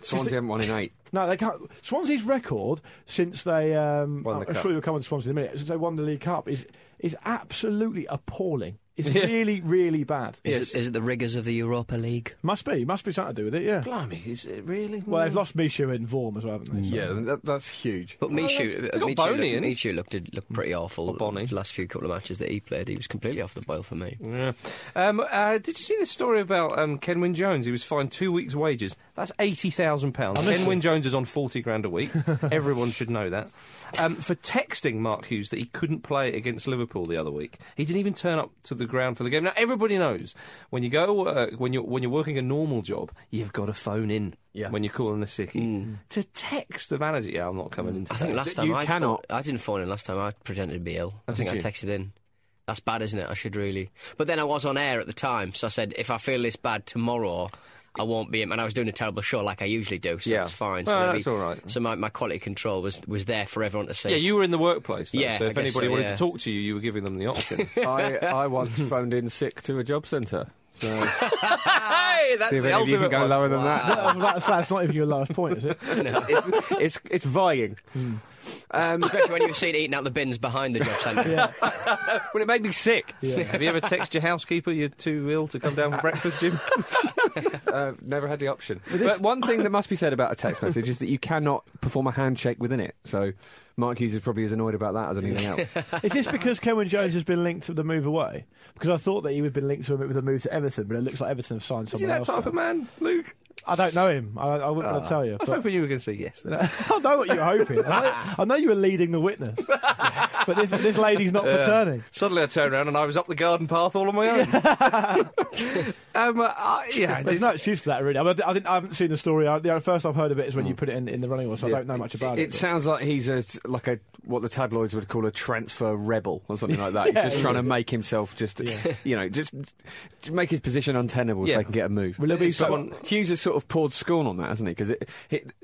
[SPEAKER 3] Swansea haven't won in eight.
[SPEAKER 2] No, they can't. Swansea's record since they. Um,
[SPEAKER 4] Won the
[SPEAKER 2] I'm
[SPEAKER 4] cup.
[SPEAKER 2] sure you'll come on to Swansea in a minute. Since they won the League Cup, is is absolutely appalling. It's really, really bad.
[SPEAKER 1] Is, it, is it the rigours of the Europa League?
[SPEAKER 2] Must be, must be something to do with it. Yeah.
[SPEAKER 4] Blimey, is it really?
[SPEAKER 2] Well, they've lost Misha and Vorm as well, haven't they? So-
[SPEAKER 3] Yeah, that, that's huge.
[SPEAKER 1] But Michu, uh,
[SPEAKER 4] they got
[SPEAKER 1] Michu,
[SPEAKER 4] Boney,
[SPEAKER 1] looked,
[SPEAKER 4] innit?
[SPEAKER 1] Michu looked, looked pretty awful.
[SPEAKER 4] Or Boney.
[SPEAKER 1] The last few couple of matches that he played, he was completely off the boil for me.
[SPEAKER 4] Yeah. Um, uh, did you see this story about um, Kenwyn Jones? He was fined two weeks' wages. That's eighty thousand pounds. Kenwyn Jones is on forty grand a week. Everyone should know that. Um, for texting Mark Hughes that he couldn't play against Liverpool the other week, he didn't even turn up to the ground for the game. Now everybody knows when you go to work, when you're when you're working a normal job, you've got to phone in
[SPEAKER 5] Yeah.
[SPEAKER 4] when you're calling a sickie to text the manager. Yeah, I'm not coming in.
[SPEAKER 1] Mm. I
[SPEAKER 4] Today.
[SPEAKER 1] think last time
[SPEAKER 3] you
[SPEAKER 1] I
[SPEAKER 3] cannot-
[SPEAKER 1] pho- I didn't phone in last time. I pretended to be ill. I think I
[SPEAKER 4] did
[SPEAKER 1] texted in. That's bad, isn't it? I should really. But then I was on air at the time, so I said if I feel this bad tomorrow, I won't be in. And I was doing a terrible show like I usually do, so
[SPEAKER 4] Yeah.
[SPEAKER 1] it's fine.
[SPEAKER 4] Well,
[SPEAKER 1] so
[SPEAKER 4] that's all right.
[SPEAKER 1] So my, my quality control was, was there for everyone to see.
[SPEAKER 4] yeah, you were in the workplace. Though,
[SPEAKER 1] Yeah,
[SPEAKER 4] so if
[SPEAKER 1] I guess
[SPEAKER 4] anybody
[SPEAKER 1] so,
[SPEAKER 4] wanted
[SPEAKER 1] yeah.
[SPEAKER 4] to talk to you, you were giving them the option.
[SPEAKER 3] I, I once phoned in sick to a job centre. So
[SPEAKER 4] hey, that's
[SPEAKER 3] see if
[SPEAKER 4] the
[SPEAKER 3] any of you can
[SPEAKER 4] ultimate
[SPEAKER 3] go
[SPEAKER 4] one.
[SPEAKER 3] lower than that.
[SPEAKER 2] I was about to say, that's not even your last point, is it?
[SPEAKER 3] it's, it's, it's vying.
[SPEAKER 1] Hmm.
[SPEAKER 3] Um,
[SPEAKER 1] Especially when you were seen eating out the bins behind the job centre.
[SPEAKER 3] well, it made me sick.
[SPEAKER 4] Have you ever texted your housekeeper you're too ill to come down for breakfast, Jim?
[SPEAKER 3] Uh, never had the option. But one thing that must be said about a text message is that you cannot perform a handshake within it. So Mark Hughes is probably as annoyed about that as anything else.
[SPEAKER 2] Is this because Kevin Jones has been linked to the move away? Because I thought that he would have been linked to him with a move to Everton, but it looks like Everton have signed
[SPEAKER 4] Is he
[SPEAKER 2] someone
[SPEAKER 4] that
[SPEAKER 2] else.
[SPEAKER 4] type of man, Ah. Luke?
[SPEAKER 2] I don't know him. I, I wouldn't want to tell you.
[SPEAKER 4] I was
[SPEAKER 2] but-
[SPEAKER 4] hoping you were going to say yes. Then.
[SPEAKER 2] I know what you were hoping. I know, I know you were leading the witness, but this this lady's not returning.
[SPEAKER 4] Suddenly I turned around and I was up the garden path all on my own. um, uh, I- yeah,
[SPEAKER 2] There's no excuse for that, really. I, mean, I didn't, I haven't seen the story. I, the first I've heard of it is when
[SPEAKER 4] Mm.
[SPEAKER 2] you put it in, in the running order, so I don't know much about it.
[SPEAKER 3] It sounds like he's a like a what the tabloids would call a transfer rebel or something like that.
[SPEAKER 2] Yeah,
[SPEAKER 3] he's just
[SPEAKER 2] yeah.
[SPEAKER 3] trying to make himself just you know just, just make his position untenable
[SPEAKER 4] Yeah.
[SPEAKER 3] so they can get a move.
[SPEAKER 2] Will there be
[SPEAKER 3] It's like-
[SPEAKER 4] someone-
[SPEAKER 3] Hughes has sort of poured scorn on that, hasn't he? Because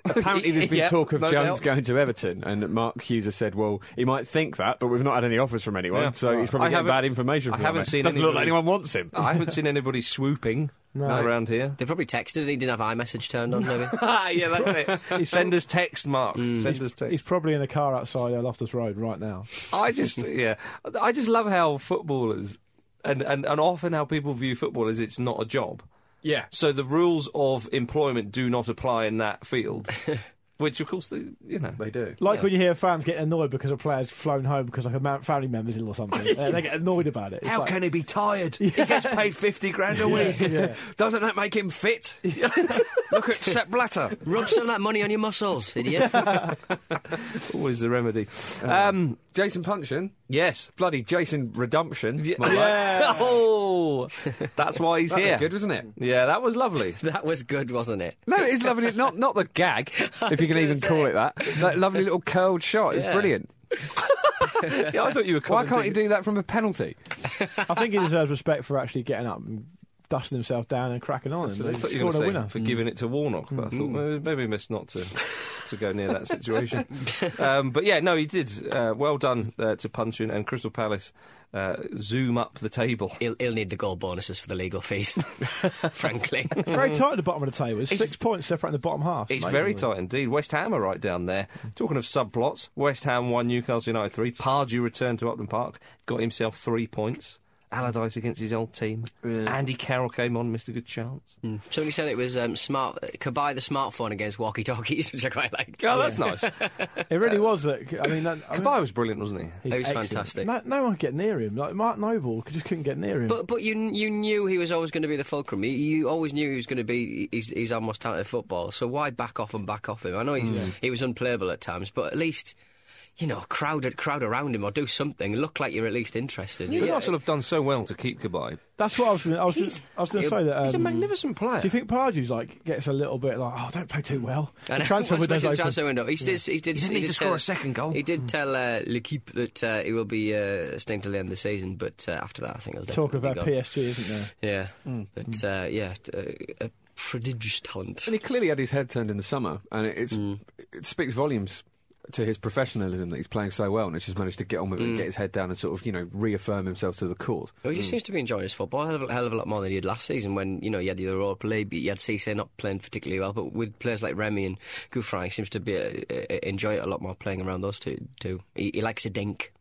[SPEAKER 3] apparently there's been
[SPEAKER 4] Yeah,
[SPEAKER 3] talk of
[SPEAKER 4] no
[SPEAKER 3] Jones
[SPEAKER 4] doubt.
[SPEAKER 3] going to Everton, and Mark Hughes has said, "Well, he might think that, but we've not had any offers from anyone,
[SPEAKER 4] Yeah.
[SPEAKER 3] so he's
[SPEAKER 4] I
[SPEAKER 3] probably getting
[SPEAKER 4] haven't-
[SPEAKER 3] bad information."
[SPEAKER 4] I
[SPEAKER 3] From
[SPEAKER 4] haven't
[SPEAKER 3] him.
[SPEAKER 4] seen
[SPEAKER 3] Doesn't look like
[SPEAKER 4] anybody- Ah.
[SPEAKER 3] anyone wants him.
[SPEAKER 4] I haven't seen anybody swooping around here.
[SPEAKER 1] They probably texted and he didn't have iMessage turned on, maybe.
[SPEAKER 4] Ah, yeah, that's it. Send us text, Mark. Send us text.
[SPEAKER 2] He's probably in a car outside uh, Loftus Road right now.
[SPEAKER 4] I just yeah, I just love how footballers and, and and often how people view football is it's not a job.
[SPEAKER 5] Yeah.
[SPEAKER 4] So the rules of employment do not apply in that field, which of course they, you know
[SPEAKER 5] They do.
[SPEAKER 2] Like when you hear fans getting annoyed because a player's flown home because like a man, family member's ill or something. Uh, they get annoyed about it. It's like-
[SPEAKER 4] he be tired? He gets paid fifty grand a week.
[SPEAKER 3] Doesn't that make him fit? Look at Sepp Blatter.
[SPEAKER 1] Rub some of that money on your muscles, idiot.
[SPEAKER 4] Always the remedy. Um,
[SPEAKER 3] Uh, Jason Puncheon,
[SPEAKER 4] yes.
[SPEAKER 3] bloody Jason Redemption.
[SPEAKER 4] oh, that's why he's
[SPEAKER 3] That was
[SPEAKER 4] here.
[SPEAKER 3] good, wasn't it?
[SPEAKER 4] Yeah, that was lovely.
[SPEAKER 1] that was good, wasn't it?
[SPEAKER 3] No, it's lovely. Not not the gag, if you can even call it that. That lovely little curled shot. It's
[SPEAKER 1] Yeah.
[SPEAKER 3] brilliant.
[SPEAKER 4] Yeah, I thought you were.
[SPEAKER 3] Why can't you
[SPEAKER 4] commenting.
[SPEAKER 3] do that from a penalty?
[SPEAKER 2] I think he deserves respect for actually getting up and dusting himself down and cracking on and
[SPEAKER 4] I
[SPEAKER 2] scoring
[SPEAKER 4] thought you were
[SPEAKER 2] a
[SPEAKER 4] going to
[SPEAKER 2] winner.
[SPEAKER 4] say for giving it to Warnock, but I thought maybe, maybe missed not to to go near that situation. um, but yeah, no, he did. Uh, well done uh, to Punchin and Crystal Palace. Uh, zoom up the table.
[SPEAKER 1] He'll, he'll need the goal bonuses for the legal fees, frankly.
[SPEAKER 2] It's very tight at the bottom of the table. It's, six points separating the bottom half.
[SPEAKER 4] Mm-hmm. It's
[SPEAKER 2] mate.
[SPEAKER 4] very tight indeed. West Ham are right down there. Talking of subplots, West Ham won Newcastle United three. Pardew returned to Upton Park, got himself three points. Allardyce against his old team. Andy Carroll came on, missed a good chance.
[SPEAKER 2] Hmm.
[SPEAKER 1] Somebody said it was um, smart. Could buy the smartphone against walkie talkies, which I quite liked.
[SPEAKER 4] Oh, that's nice.
[SPEAKER 2] It really was. uh, I mean, that, I mean
[SPEAKER 4] Kabay was brilliant, wasn't he?
[SPEAKER 2] he's
[SPEAKER 1] He was
[SPEAKER 2] excellent.
[SPEAKER 1] fantastic.
[SPEAKER 2] No, no one could get near him. Like Mark Noble could- just couldn't get near him.
[SPEAKER 1] But but you you knew he was always going to be the fulcrum. You, you always knew he was going to be he's, he's our most talented football. So why back off and back off him? I know he's
[SPEAKER 2] Hmm.
[SPEAKER 1] he was unplayable at times, but at least you know crowd crowd around him or do something. Look like you're at least interested.
[SPEAKER 4] You Newcastle have done so well to keep Kabay.
[SPEAKER 2] That's what I was. Gonna, I was.
[SPEAKER 4] He's-
[SPEAKER 2] I was going to say that um,
[SPEAKER 4] He's a magnificent player.
[SPEAKER 2] Do you think Pardew's like gets a little bit like, oh, don't play too well?
[SPEAKER 1] And
[SPEAKER 2] The transfer
[SPEAKER 1] once
[SPEAKER 2] window's
[SPEAKER 1] missing the
[SPEAKER 2] open.
[SPEAKER 1] transfer window. He, did, he did.
[SPEAKER 4] He didn't need
[SPEAKER 1] did
[SPEAKER 4] to score
[SPEAKER 1] tell-
[SPEAKER 4] a second
[SPEAKER 2] Oh,
[SPEAKER 4] goal.
[SPEAKER 1] He
[SPEAKER 2] hmm.
[SPEAKER 1] did tell uh, L'Equipe that uh, he will be uh, staying till the end of the season, but uh, after that, I think he'll
[SPEAKER 2] Talk of Hmm,
[SPEAKER 1] definitely be
[SPEAKER 2] uh,
[SPEAKER 1] gone.
[SPEAKER 2] PSG, isn't there?
[SPEAKER 1] Yeah, but uh, yeah, uh, a prodigious talent. Hmm.
[SPEAKER 3] And he clearly had his head turned in the summer, and it, it's, it speaks volumes to his professionalism that he's playing so well, and has just managed to get on with it, and get his head down, and sort of you know reaffirm himself to the cause.
[SPEAKER 1] Well, he just
[SPEAKER 2] Hmm.
[SPEAKER 1] seems to be enjoying his football a hell, of, a- hell of a lot more than he did last season when, you know, you had the Europa League, but you had Cisse not playing particularly well, but with players like Remy and Gouffran, he seems to be uh, uh, enjoy it a lot more playing around those two. two. He, he likes a dink.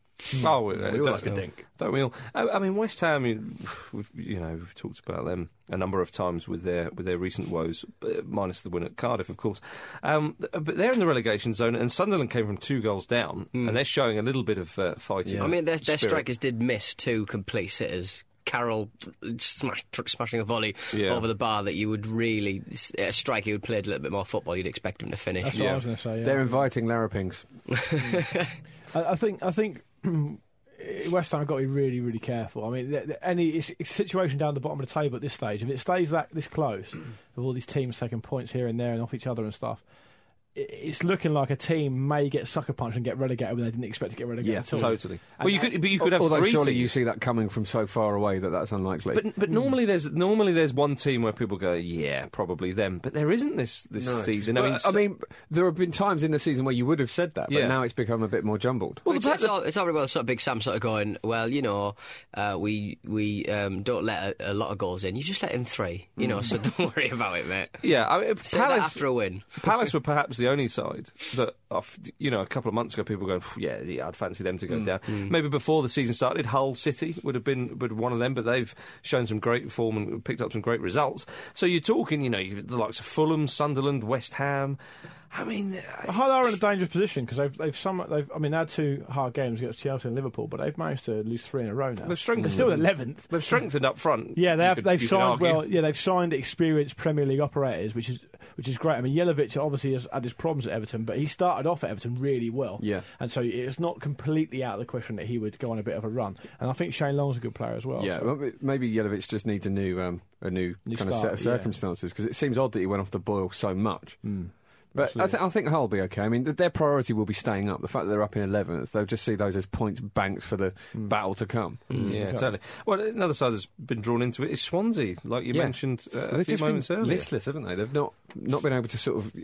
[SPEAKER 4] Oh, uh,
[SPEAKER 5] We all
[SPEAKER 4] don't-
[SPEAKER 5] like a dink.
[SPEAKER 4] Don't we all? I, I mean, West Ham. you- We've, you know, we've talked about them a number of times with their with their recent woes, uh, minus the win at Cardiff, of course. Um, th- but they're in the relegation zone, and Sunderland came from two goals down, and they're showing a little bit of uh, fighting.
[SPEAKER 1] I mean, their, their
[SPEAKER 4] spirit.
[SPEAKER 1] strikers did miss two complete sitters. Carroll smash, tr- smashing a volley
[SPEAKER 4] Yeah.
[SPEAKER 1] over the bar that you would really, a striker who would played a little bit more football, you'd expect him to finish.
[SPEAKER 2] That's what I was going to say. yeah.
[SPEAKER 3] They're inviting Larapings.
[SPEAKER 2] I, I think I think West Ham have got to be really really careful. I mean, th- th- any it's, it's situation down the bottom of the table at this stage, if it stays that this close, with all these teams taking points here and there and off each other and stuff. i- It's looking like a team may get sucker punched and get relegated when they didn't expect to get relegated.
[SPEAKER 3] Yeah,
[SPEAKER 2] at all.
[SPEAKER 4] totally.
[SPEAKER 2] And
[SPEAKER 4] well, you
[SPEAKER 2] I-
[SPEAKER 4] could, but you could have
[SPEAKER 3] Although
[SPEAKER 4] three.
[SPEAKER 3] surely
[SPEAKER 4] teams.
[SPEAKER 3] you see that coming from so far away that that's unlikely.
[SPEAKER 4] But but normally there's normally there's one team where people go, yeah, probably them. But there isn't this this season. I
[SPEAKER 3] Well,
[SPEAKER 4] mean,
[SPEAKER 3] I mean, there have been times in the season where you would have said that, but
[SPEAKER 4] Yeah.
[SPEAKER 3] now it's become a bit more jumbled.
[SPEAKER 4] Well, the
[SPEAKER 1] it's,
[SPEAKER 4] fact
[SPEAKER 1] it's, all, it's all very well sort of Big Sam sort of going, well, you know, uh, we we um, don't let a, a lot of goals in. You just let in three, you know, so don't worry about it, mate.
[SPEAKER 4] yeah, I mean,
[SPEAKER 1] Say that
[SPEAKER 4] Palace
[SPEAKER 1] after a win.
[SPEAKER 4] Palace were perhaps the only side that, off, you know, a couple of months ago, people were going, "Phew, yeah, yeah, I'd fancy them to go down. Maybe before the season started, Hull City would have been would one of them, but they've shown some great form and picked up some great results. So you're talking, you know, you the likes of Fulham, Sunderland, West Ham. I mean, uh, I-
[SPEAKER 2] Hull are in a dangerous position because they've they've some they've I mean they had two hard games against Chelsea and Liverpool, but they've managed to lose three in a row now.
[SPEAKER 4] They've strengthened
[SPEAKER 2] They're still
[SPEAKER 4] them.
[SPEAKER 2] eleventh.
[SPEAKER 4] they've strengthened up front.
[SPEAKER 2] Yeah, they
[SPEAKER 4] you
[SPEAKER 2] have,
[SPEAKER 4] could-
[SPEAKER 2] they've
[SPEAKER 4] you could
[SPEAKER 2] signed
[SPEAKER 4] argue.
[SPEAKER 2] well. Yeah, they've signed experienced Premier League operators, which is which is great. I mean, Yelovich obviously has had his problems at Everton, but he started off at Everton really well.
[SPEAKER 3] Yeah.
[SPEAKER 2] and so it's not completely out of the question that he would go on a bit of a run. And I think Shane Long's a good player as well.
[SPEAKER 3] yeah,
[SPEAKER 2] so-
[SPEAKER 3] well, but maybe Yelovich just needs a new, um, a new,
[SPEAKER 2] New
[SPEAKER 3] kind of set
[SPEAKER 2] start,
[SPEAKER 3] of
[SPEAKER 2] yeah.
[SPEAKER 3] circumstances because it seems odd that he went off the boil so much.
[SPEAKER 2] Mm.
[SPEAKER 3] But I, th- I think Hull will be okay. I mean, th- their priority will be staying up. The fact that they're up in 11th, they'll just see those as points banked for the
[SPEAKER 4] Hmm.
[SPEAKER 3] battle to come.
[SPEAKER 4] Yeah, totally. Well, another side that's been drawn into it is Swansea, like you
[SPEAKER 3] Yeah.
[SPEAKER 4] mentioned uh, a
[SPEAKER 3] They've
[SPEAKER 4] few
[SPEAKER 3] just
[SPEAKER 4] moments
[SPEAKER 3] been
[SPEAKER 4] earlier.
[SPEAKER 3] listless, haven't they? They've not not been able to sort of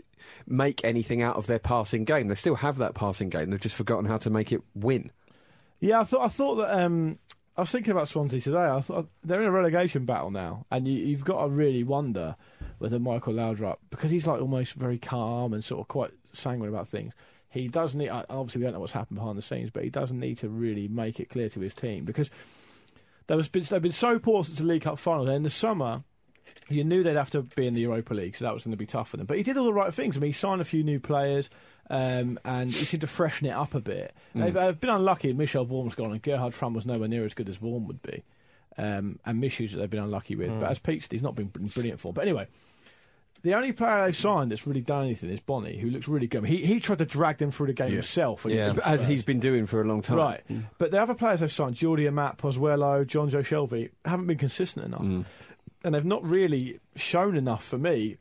[SPEAKER 3] make anything out of their passing game. They still have that passing game. They've just forgotten how to make it win.
[SPEAKER 2] Yeah, I thought I thought that um, I was thinking about Swansea today. I thought they're in a relegation battle now, and you, you've got to really wonder whether Michael Laudrup, because he's like almost very calm and sort of quite sanguine about things. He does need. I- Obviously, we don't know what's happened behind the scenes, but he does need to really make it clear to his team because there was been, they've been so poor since the League Cup final. In the summer, you knew they'd have to be in the Europa League, so that was going to be tough for them. But he did all the right things. I mean, he signed a few new players, um, and he seemed to freshen it up a bit.
[SPEAKER 4] Mm.
[SPEAKER 2] They've, they've been unlucky. Michel Vaughan's gone, and Gerhard Trum was nowhere near as good as Vaughan would be, um, and Mishu's that they've been unlucky with.
[SPEAKER 4] Mm.
[SPEAKER 2] But as Pete said, he's not been br- brilliant for. But anyway. The only player they've signed that's really done anything is Bonnie, who looks really good. He, he tried to drag them through the game himself. when he
[SPEAKER 4] Yeah.
[SPEAKER 2] was on
[SPEAKER 3] As
[SPEAKER 2] Spurs.
[SPEAKER 3] he's been doing for a long time.
[SPEAKER 2] Right. But the other players they've signed, Jordi Amat, Pozuelo, John Joe Shelby, haven't been consistent enough. And they've not really shown enough for me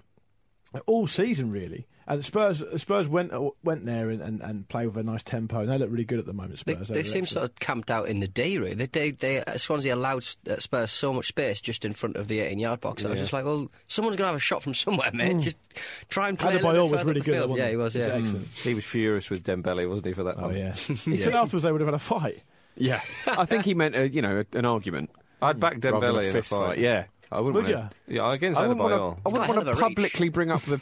[SPEAKER 2] all season, really. And Spurs Spurs went uh, went there and, and, and played with a nice tempo, and they look really good at the moment,
[SPEAKER 1] They,
[SPEAKER 2] Spurs.
[SPEAKER 1] they seem sort of camped out in the day, really. They, they, they, uh, Swansea allowed uh, Spurs so much space just in front of the 18 yard box. I was just like, well, someone's going to have a shot from somewhere, mate. Just try and play a little bit
[SPEAKER 2] Adebayor Mm. was
[SPEAKER 1] further
[SPEAKER 2] really
[SPEAKER 1] up
[SPEAKER 2] good.
[SPEAKER 1] the
[SPEAKER 2] at
[SPEAKER 1] field.
[SPEAKER 2] one.
[SPEAKER 1] Yeah, he was, yeah.
[SPEAKER 2] excellent.
[SPEAKER 4] He was furious with Dembele, wasn't he, for that?
[SPEAKER 2] Oh,
[SPEAKER 4] one?
[SPEAKER 2] yeah. he said afterwards they would have had a fight.
[SPEAKER 3] Yeah. I think he meant, a, you know, a- an argument.
[SPEAKER 4] I'd back
[SPEAKER 3] rather than
[SPEAKER 4] Dembele in a
[SPEAKER 3] fist
[SPEAKER 4] fight.
[SPEAKER 3] Yeah. I wouldn't
[SPEAKER 2] Would
[SPEAKER 3] wanna-
[SPEAKER 2] you?
[SPEAKER 4] Yeah, against
[SPEAKER 3] I wouldn't
[SPEAKER 4] Adebayor.
[SPEAKER 3] want to
[SPEAKER 1] got a hell of a reach.
[SPEAKER 3] publicly bring up the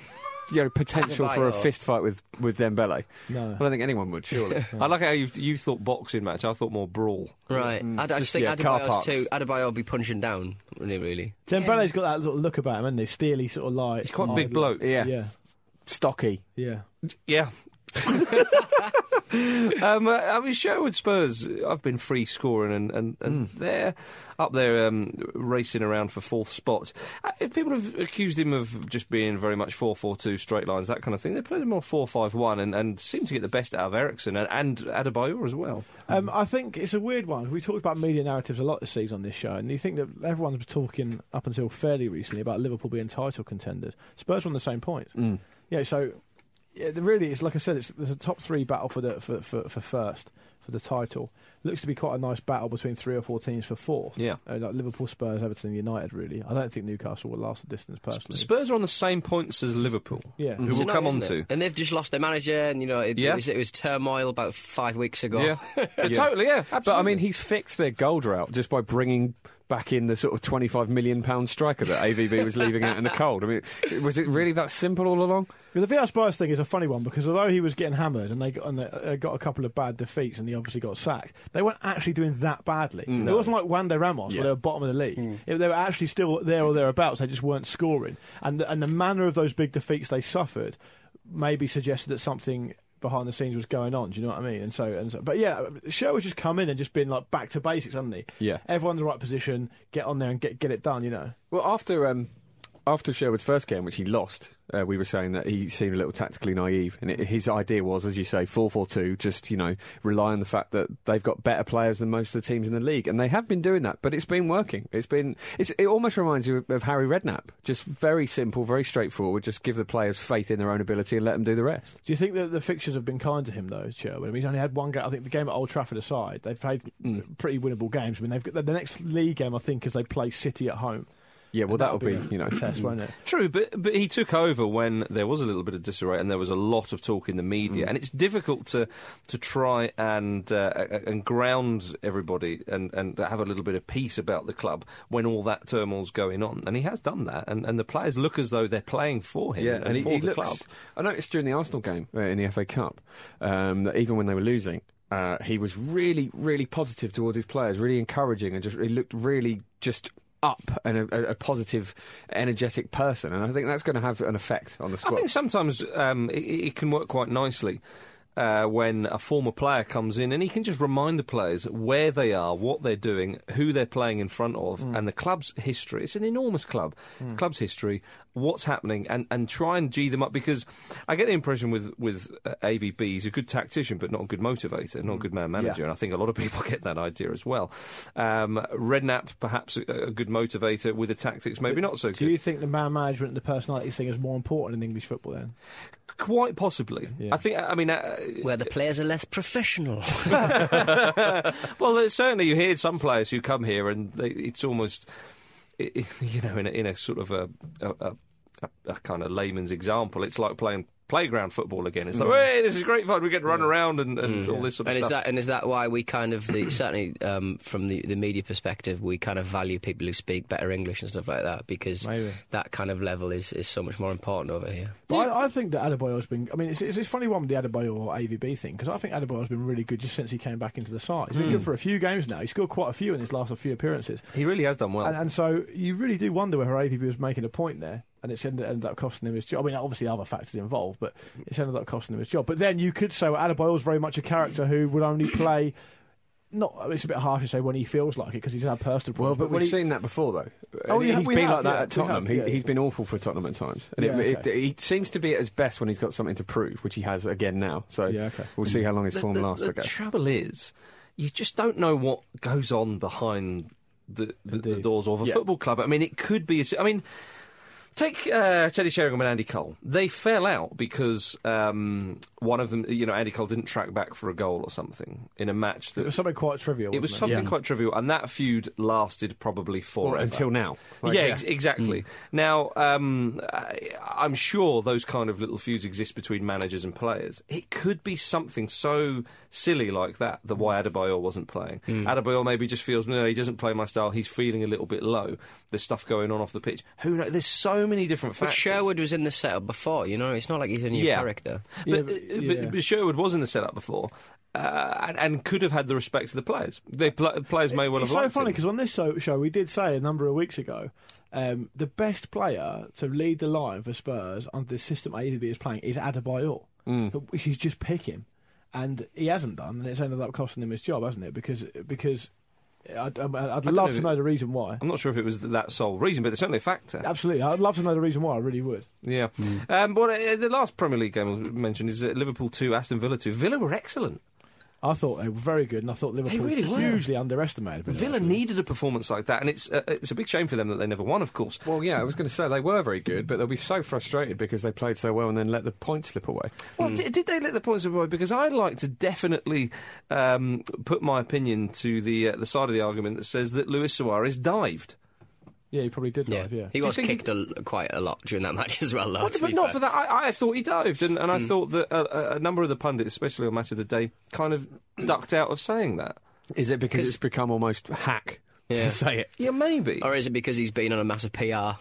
[SPEAKER 3] you know, potential for a
[SPEAKER 1] Adebayo.
[SPEAKER 3] fist fight with, with Dembele.
[SPEAKER 2] No.
[SPEAKER 3] I don't think anyone would, surely.
[SPEAKER 4] I like how you you thought boxing match. I thought more brawl.
[SPEAKER 1] Right. I, I just think
[SPEAKER 3] Mm. yeah, car
[SPEAKER 1] Adebayo's
[SPEAKER 3] parks.
[SPEAKER 1] too. Adebayo will be punching down, wouldn't he, really?
[SPEAKER 2] Dembele's got that little look about him, hasn't he? Steely sort of light.
[SPEAKER 4] He's quite a big bloke.
[SPEAKER 3] yeah.
[SPEAKER 2] Mm. Yeah,
[SPEAKER 3] Stocky.
[SPEAKER 2] yeah.
[SPEAKER 4] Yeah. um, uh, I mean, Sherwood Spurs, I've been free scoring and, and, and they're up there um, racing around for fourth spot. Uh, people have accused him of just being very much 4 4 2, straight lines, that kind of thing. They played him more 4 5 1 and, and seem to get the best out of Ericsson and, and Adebayor as well.
[SPEAKER 2] Um, I think it's a weird one. We talked about media narratives a lot this season on this show, and you think that everyone was talking up until fairly recently about Liverpool being title contenders. Spurs are on the same point. Yeah, so yeah, the- really, it's like I said, it's there's a top three battle for the for, for, for first for the title. Looks to be quite a nice battle between three or four teams for fourth.
[SPEAKER 4] Yeah.
[SPEAKER 2] Uh, like Liverpool, Spurs, Everton, United. Really, I don't think Newcastle will last the distance personally.
[SPEAKER 4] Spurs are on the same points as Liverpool,
[SPEAKER 2] Yeah.
[SPEAKER 4] who
[SPEAKER 2] It's
[SPEAKER 4] we'll
[SPEAKER 1] It's
[SPEAKER 4] come
[SPEAKER 1] annoying,
[SPEAKER 4] on
[SPEAKER 1] isn't
[SPEAKER 4] to.
[SPEAKER 1] it? And they've just lost their manager, and you know, it,
[SPEAKER 4] Yeah.
[SPEAKER 1] it, was, it was turmoil about five weeks ago.
[SPEAKER 4] Yeah. Uh, totally, yeah, absolutely.
[SPEAKER 3] But I mean, he's fixed their goal drought just by bringing back in the sort of 25 million pound striker that AVB was leaving out in the cold. I mean, was it really that simple all along?
[SPEAKER 2] But the VR Spurs thing is a funny one because although he was getting hammered and they got, and they, uh, got a couple of bad defeats and he obviously got sacked, they weren't actually doing that badly. It wasn't like Wanda Ramos where they were bottom of the league. If they were actually still there or thereabouts. They just weren't scoring. And the, and the manner of those big defeats they suffered maybe suggested that something behind the scenes was going on. Do you know what I mean? And so, and so but yeah, Sherwood's just come in and just been like back to basics, hasn't he?
[SPEAKER 3] Yeah.
[SPEAKER 2] Everyone in the right position, get on there and get get it done. You know.
[SPEAKER 3] Well, after um, after Sherwood's first game, which he lost, uh, we were saying that he seemed a little tactically naive, and it, his idea was, as you say, four four two. Just you know, rely on the fact that they've got better players than most of the teams in the league, and they have been doing that. But it's been working. It's been it's, it almost reminds you of, of Harry Redknapp. Just very simple, very straightforward. Just give the players faith in their own ability and let them do the rest.
[SPEAKER 2] Do you think that the fixtures have been kind to him though, Sherwood? I mean, he's only had one game. I think the game at Old Trafford aside, they've played
[SPEAKER 3] Mm.
[SPEAKER 2] pretty winnable games. I mean, they've got the next league game. I think is they play City at home.
[SPEAKER 3] Yeah, well,
[SPEAKER 2] And
[SPEAKER 3] that'll be,
[SPEAKER 2] a-
[SPEAKER 3] you know. mm.
[SPEAKER 2] a test, won't it?
[SPEAKER 4] True, but but he took over when there was a little bit of disarray and there was a lot of talk in the media,
[SPEAKER 3] Mm.
[SPEAKER 4] and it's difficult to to try and uh, a- a- and ground everybody and and have a little bit of peace about the club when all that turmoil's going on, and he has done that, and and the players look as though they're playing for him,
[SPEAKER 3] Yeah,
[SPEAKER 4] and,
[SPEAKER 3] and he,
[SPEAKER 4] for
[SPEAKER 3] he
[SPEAKER 4] the
[SPEAKER 3] looks.
[SPEAKER 4] club.
[SPEAKER 3] I noticed during the Arsenal game uh, in the FA Cup um, that even when they were losing, uh, he was really, really positive towards his players, really encouraging, and just he looked really just up and a, a, a positive, energetic person. And I think that's going to have an effect on the
[SPEAKER 4] I
[SPEAKER 3] squad.
[SPEAKER 4] think sometimes um, it, it can work quite nicely. Uh, when a former player comes in and he can just remind the players where they are, what they're doing, who they're playing in front of,
[SPEAKER 2] Mm.
[SPEAKER 4] and the club's history. It's an enormous club, club's history, what's happening, and, and try and G them up because I get the impression with with uh, AVB he's a good tactician but not a good motivator,
[SPEAKER 2] Mm.
[SPEAKER 4] not a good man manager, and I think a lot of people get that idea as well. Um, Redknapp perhaps a, a good motivator with the tactics, maybe not so
[SPEAKER 2] Do
[SPEAKER 4] good.
[SPEAKER 2] you think the man management and the personalities thing is more important in English football then?
[SPEAKER 4] Quite possibly,
[SPEAKER 2] Yeah.
[SPEAKER 4] I think. I mean, uh,
[SPEAKER 1] Where the players are less professional.
[SPEAKER 4] well, there's certainly you hear some players who come here and they, it's almost, i i- you know, in a, in a sort of a, a, a, a- a kind of layman's example, it's like playing playground football again. It's like, hey, this is great fun. We get to run around and, and all this sort of
[SPEAKER 1] and is
[SPEAKER 4] stuff.
[SPEAKER 1] that and is that why we kind of the, certainly um, from the, the media perspective we kind of value people who speak better English and stuff like that because
[SPEAKER 2] Maybe.
[SPEAKER 1] that kind of level is, is so much more important over here.
[SPEAKER 2] But I, I think that Adebayo's been. I mean, it's, it's, it's funny one with the Adebayo or AVB thing because I think Adebayo's been really good just since he came back into the side. He's been
[SPEAKER 3] Mm.
[SPEAKER 2] good for a few games now. He scored quite a few in his last few appearances.
[SPEAKER 4] he really has done well.
[SPEAKER 2] And, and so you really do wonder whether AVB was making a point there, and it's ended, ended up costing him his job. I mean, obviously other factors involved, but it's ended up costing him his job. But then you could say well, Adebayo's very much a character who would only play. Not it's a bit harsh to say when he feels like it because he's had personal
[SPEAKER 3] well,
[SPEAKER 2] problems.
[SPEAKER 3] but
[SPEAKER 2] when
[SPEAKER 3] we've
[SPEAKER 2] he-
[SPEAKER 3] seen that before, though.
[SPEAKER 2] Oh,
[SPEAKER 3] And
[SPEAKER 2] yeah,
[SPEAKER 3] he's
[SPEAKER 2] we
[SPEAKER 3] been
[SPEAKER 2] have,
[SPEAKER 3] like that
[SPEAKER 2] yeah,
[SPEAKER 3] at
[SPEAKER 2] we
[SPEAKER 3] Tottenham.
[SPEAKER 2] have, yeah,
[SPEAKER 3] he,
[SPEAKER 2] yeah.
[SPEAKER 3] He's been awful for Tottenham at times, and
[SPEAKER 2] Yeah,
[SPEAKER 3] it,
[SPEAKER 2] okay.
[SPEAKER 3] it, he seems to be at his best when he's got something to prove, which he has again now. So
[SPEAKER 2] Yeah, okay.
[SPEAKER 3] we'll see how long his
[SPEAKER 4] The-
[SPEAKER 3] form
[SPEAKER 4] the,
[SPEAKER 3] lasts.
[SPEAKER 4] the
[SPEAKER 3] I guess.
[SPEAKER 4] trouble is, you just don't know what goes on behind the, the, the
[SPEAKER 2] Indeed.
[SPEAKER 4] doors of a
[SPEAKER 3] Yeah.
[SPEAKER 4] football club. I mean, it could be. as- I mean, take uh, Teddy Sheringham and Andy Cole. They fell out because um, one of them, you know, Andy Cole didn't track back for a goal or something in a match that.
[SPEAKER 2] it was something quite trivial.
[SPEAKER 4] It was
[SPEAKER 2] wasn't
[SPEAKER 4] something quite trivial, and that feud lasted probably forever.
[SPEAKER 3] Or until now. Like,
[SPEAKER 4] yeah, ex-
[SPEAKER 2] Mm.
[SPEAKER 4] exactly. Now, um, I, I'm sure those kind of little feuds exist between managers and players. It could be something so silly like that, the why Adebayor wasn't playing.
[SPEAKER 2] Mm.
[SPEAKER 4] Adebayor maybe just feels, no, he doesn't play my style, he's feeling a little bit low. There's stuff going on off the pitch. Who knows? There's so so many different
[SPEAKER 1] But
[SPEAKER 4] factors.
[SPEAKER 1] Sherwood was in the setup before, you know. It's not like he's a new
[SPEAKER 4] Yeah.
[SPEAKER 1] character.
[SPEAKER 2] Yeah,
[SPEAKER 4] But,
[SPEAKER 2] but-
[SPEAKER 4] uh,
[SPEAKER 2] yeah.
[SPEAKER 4] but, but Sherwood was in the setup before, uh, and, and could have had the respect of the players. The pl- players may well
[SPEAKER 2] it's
[SPEAKER 4] have
[SPEAKER 2] so
[SPEAKER 4] liked
[SPEAKER 2] funny
[SPEAKER 4] him.
[SPEAKER 2] because on this so- show we did say a number of weeks ago um, the best player to lead the line for Spurs under the system ADB is playing is Adebayor.
[SPEAKER 3] Mm.
[SPEAKER 2] But We should just pick him, and he hasn't done, and it's ended up costing him his job, hasn't it? Because because I'd, I'd, I'd love
[SPEAKER 4] don't know
[SPEAKER 2] to
[SPEAKER 4] if-
[SPEAKER 2] know the reason why.
[SPEAKER 4] I'm not sure if it was th- that sole reason, but it's certainly a factor.
[SPEAKER 2] Absolutely, I'd love to know the reason why. I really would.
[SPEAKER 4] Yeah. Um, but uh, the last Premier League game we mentioned is uh, Liverpool 2, Aston Villa 2. Villa were excellent.
[SPEAKER 2] I thought they were very good, and I thought Liverpool
[SPEAKER 4] really were.
[SPEAKER 2] hugely underestimated.
[SPEAKER 4] Villa needed a performance like that, and it's, uh, it's a big shame for them that they never won, of course.
[SPEAKER 3] Well, yeah, I was going to say they were very good, but they'll be so frustrated because they played so well and then let the point slip away.
[SPEAKER 4] Well, di- did they let the points slip away? Because I'd like to definitely um, put my opinion to the uh, the side of the argument that says that Luis Suarez dived.
[SPEAKER 2] yeah, he probably did.
[SPEAKER 1] Yeah,
[SPEAKER 2] Live, yeah.
[SPEAKER 1] he was
[SPEAKER 4] think he-
[SPEAKER 1] kicked a l quite a lot during that match as well. Though,
[SPEAKER 4] Well,
[SPEAKER 1] to
[SPEAKER 4] Oh, but
[SPEAKER 1] be
[SPEAKER 4] not
[SPEAKER 1] fair.
[SPEAKER 4] for that. I, I thought he dived, and, and I thought that a, a- a number of the pundits, especially on Match of the Day, kind of ducked out of saying that.
[SPEAKER 3] Is it because it's become almost hack
[SPEAKER 1] Yeah.
[SPEAKER 3] to say it?
[SPEAKER 4] Yeah, maybe.
[SPEAKER 1] Or is it because he's been on a massive PR uh,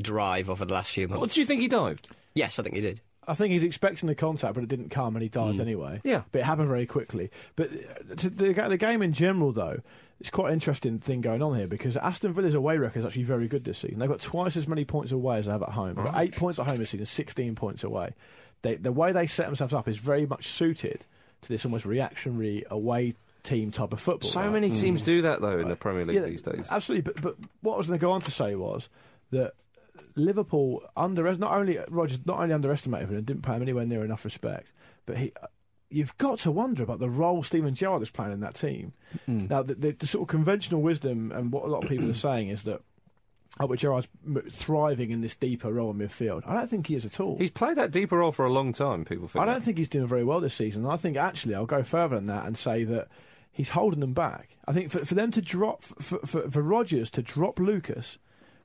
[SPEAKER 1] drive over the last few months?
[SPEAKER 4] What do you think he dived?
[SPEAKER 1] Yes, I think he did.
[SPEAKER 2] I think he's expecting the contact, but it didn't come, and he dived anyway.
[SPEAKER 4] Yeah.
[SPEAKER 2] but it happened very quickly. But uh, to the, ga- the game in general, though, it's quite an interesting thing going on here because Aston Villa's away record is actually very good this season. They've got twice as many points away as they have at home. They've got eight points at home this season, sixteen points away. They, the way they set themselves up is very much suited to this almost reactionary away team type of football.
[SPEAKER 4] So
[SPEAKER 2] right?
[SPEAKER 4] many teams do that though in the Premier League
[SPEAKER 2] Yeah,
[SPEAKER 4] these days.
[SPEAKER 2] Absolutely, but, but what I was going to go on to say was that Liverpool under not only Rogers not only underestimated him and didn't pay him anywhere near enough respect, but he. uh, You've got to wonder about the role Steven Gerrard is playing in that team. Now, the, the, the sort of conventional wisdom and what a lot of people are saying is that Albert Gerrard's m- thriving in this deeper role in midfield. I don't think he is at all.
[SPEAKER 4] He's played that deeper role for a long time. People think.
[SPEAKER 2] I don't think he's doing very well this season. I think actually I'll go further than that and say that he's holding them back. I think for, for them to drop for, for, for Rogers to drop Lucas,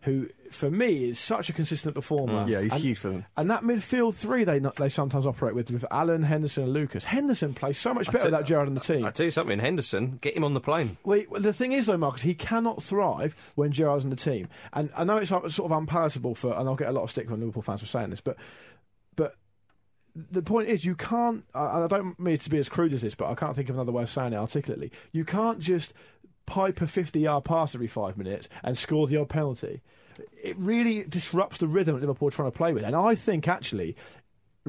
[SPEAKER 2] who for me is such a consistent performer.
[SPEAKER 5] Mm. Yeah, he's
[SPEAKER 2] and,
[SPEAKER 5] huge for them.
[SPEAKER 2] And that midfield three they not, they sometimes operate with with Allen, Henderson, and Lucas. Henderson plays so much better
[SPEAKER 4] tell-
[SPEAKER 2] without Gerard and the team.
[SPEAKER 4] I tell you something, Henderson, get him on the plane.
[SPEAKER 2] Well, he- well, the thing is, though, Marcus, he cannot thrive when Gerrard's in the team. And I know it's uh, sort of unpalatable for, and I'll get a lot of stick from Liverpool fans for saying this, but but the point is, you can't. I- And I don't mean it to be as crude as this, but I can't think of another way of saying it articulately. You can't just pipe a fifty-yard pass every five minutes and score the odd penalty. It really disrupts the rhythm that Liverpool are trying to play with, and I think actually.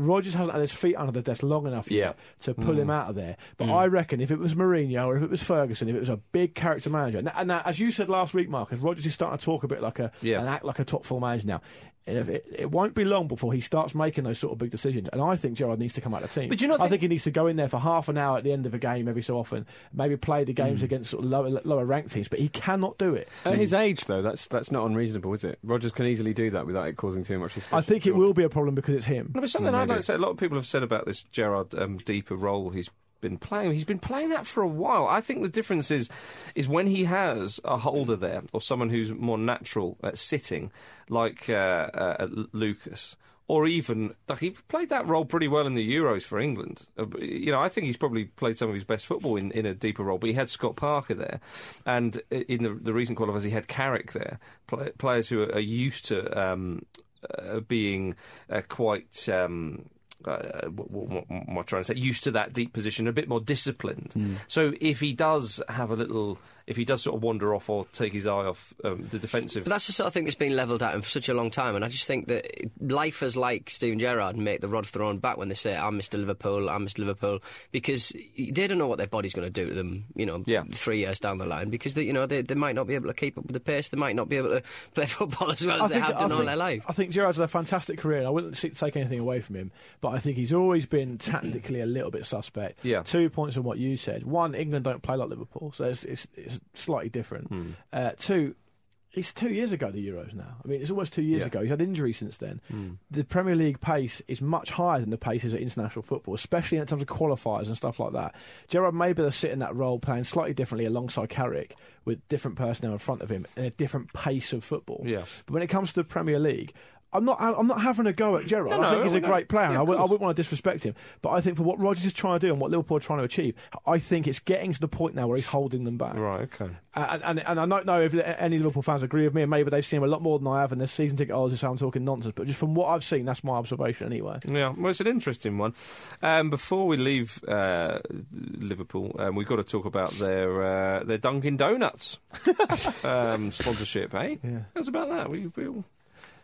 [SPEAKER 2] Rogers hasn't had his feet under the desk long enough
[SPEAKER 4] Yeah. Mm.
[SPEAKER 2] yet to pull him out of there. But I reckon if it was Mourinho or if it was Ferguson, if it was a big character manager, and, and as you said last week, Marcus, Rogers is starting to talk a bit like a
[SPEAKER 4] Yeah.
[SPEAKER 2] and act like a top four manager now. And if it, it won't be long before he starts making those sort of big decisions. And I think Gerard needs to come out of the team.
[SPEAKER 4] But do you not
[SPEAKER 2] I
[SPEAKER 4] think-
[SPEAKER 2] think he needs to go in there for half an hour at the end of a game every so often, maybe play the games against sort of lower, lower ranked teams. But he cannot do it.
[SPEAKER 3] At his age, though, that's that's not unreasonable, is it? Rogers can easily do that without it causing too much discussion.
[SPEAKER 2] I think it
[SPEAKER 3] surely.
[SPEAKER 2] will be a problem because it's him.
[SPEAKER 4] No, but something I'd
[SPEAKER 3] Maybe.
[SPEAKER 4] like to say. A lot of people have said about this Gerard um, deeper role he's been playing. He's been playing that for a while. I think the difference is is when he has a holder there or someone who's more natural at sitting, like uh, uh, L- Lucas. Or even like he played that role pretty well in the Euros for England. Uh, b- You know, I think he's probably played some of his best football in, in a deeper role. But he had Scott Parker there, and i- in the, the recent qualifiers he had Carrick there. Play, players who are, are used to um, uh, being uh, quite. Um, uh, what, what, what am I trying to say? Used to that deep position, a bit more disciplined.
[SPEAKER 3] Hmm.
[SPEAKER 4] So if he does have a little, if he does sort of wander off or take his eye off um, the defensive,
[SPEAKER 1] But that's the sort of thing that's been levelled at him for such a long time, and I just think that lifers like Steven Gerrard make the rod for their own back when they say, "I'm Mr. Liverpool, I'm Mr. Liverpool," because they don't know what their body's going to do to them, you know,
[SPEAKER 4] Yeah.
[SPEAKER 1] three years down the line, because they, you know they, they might not be able to keep up with the pace, they might not be able to play football as well as they have done all their life.
[SPEAKER 2] I think Gerard's had a fantastic career, and I wouldn't see- take anything away from him. But I think he's always been tactically a little bit suspect.
[SPEAKER 4] Yeah.
[SPEAKER 2] Two points on what you said. One, England don't play like Liverpool, so it's, it's, it's slightly different.
[SPEAKER 4] Hmm.
[SPEAKER 2] Uh, two, it's two years ago the Euros now. I mean, it's almost two years
[SPEAKER 4] Yeah. Hmm.
[SPEAKER 2] ago. He's had injury since then. The Premier League pace is much higher than the paces at international football, especially in terms of qualifiers and stuff like that. Gerard may be able to sit in that role, playing slightly differently alongside Carrick with different personnel in front of him and a different pace of football.
[SPEAKER 4] Yeah.
[SPEAKER 2] But when it comes to the Premier League, I'm not. I'm not having a go at Gerrard.
[SPEAKER 4] No, no,
[SPEAKER 2] I think he's a
[SPEAKER 4] no.
[SPEAKER 2] great player. and
[SPEAKER 4] Yeah,
[SPEAKER 2] I
[SPEAKER 4] of
[SPEAKER 2] would, I
[SPEAKER 4] course.
[SPEAKER 2] wouldn't want to disrespect him, but I think for what Rodgers is trying to do and what Liverpool are trying to achieve, I think it's getting to the point now where he's holding them back.
[SPEAKER 4] Right, okay.
[SPEAKER 2] And, and, and I don't know if any Liverpool fans agree with me, and maybe they've seen him a lot more than I have, and this season ticket holders say I'm talking nonsense. But just from what I've seen, that's my observation anyway.
[SPEAKER 4] Yeah, well, it's an interesting one. Um, before we leave uh, Liverpool, um, we've got to talk about their uh, their Dunkin' Donuts um, sponsorship, eh?
[SPEAKER 2] Yeah.
[SPEAKER 4] How's about that? We, we'll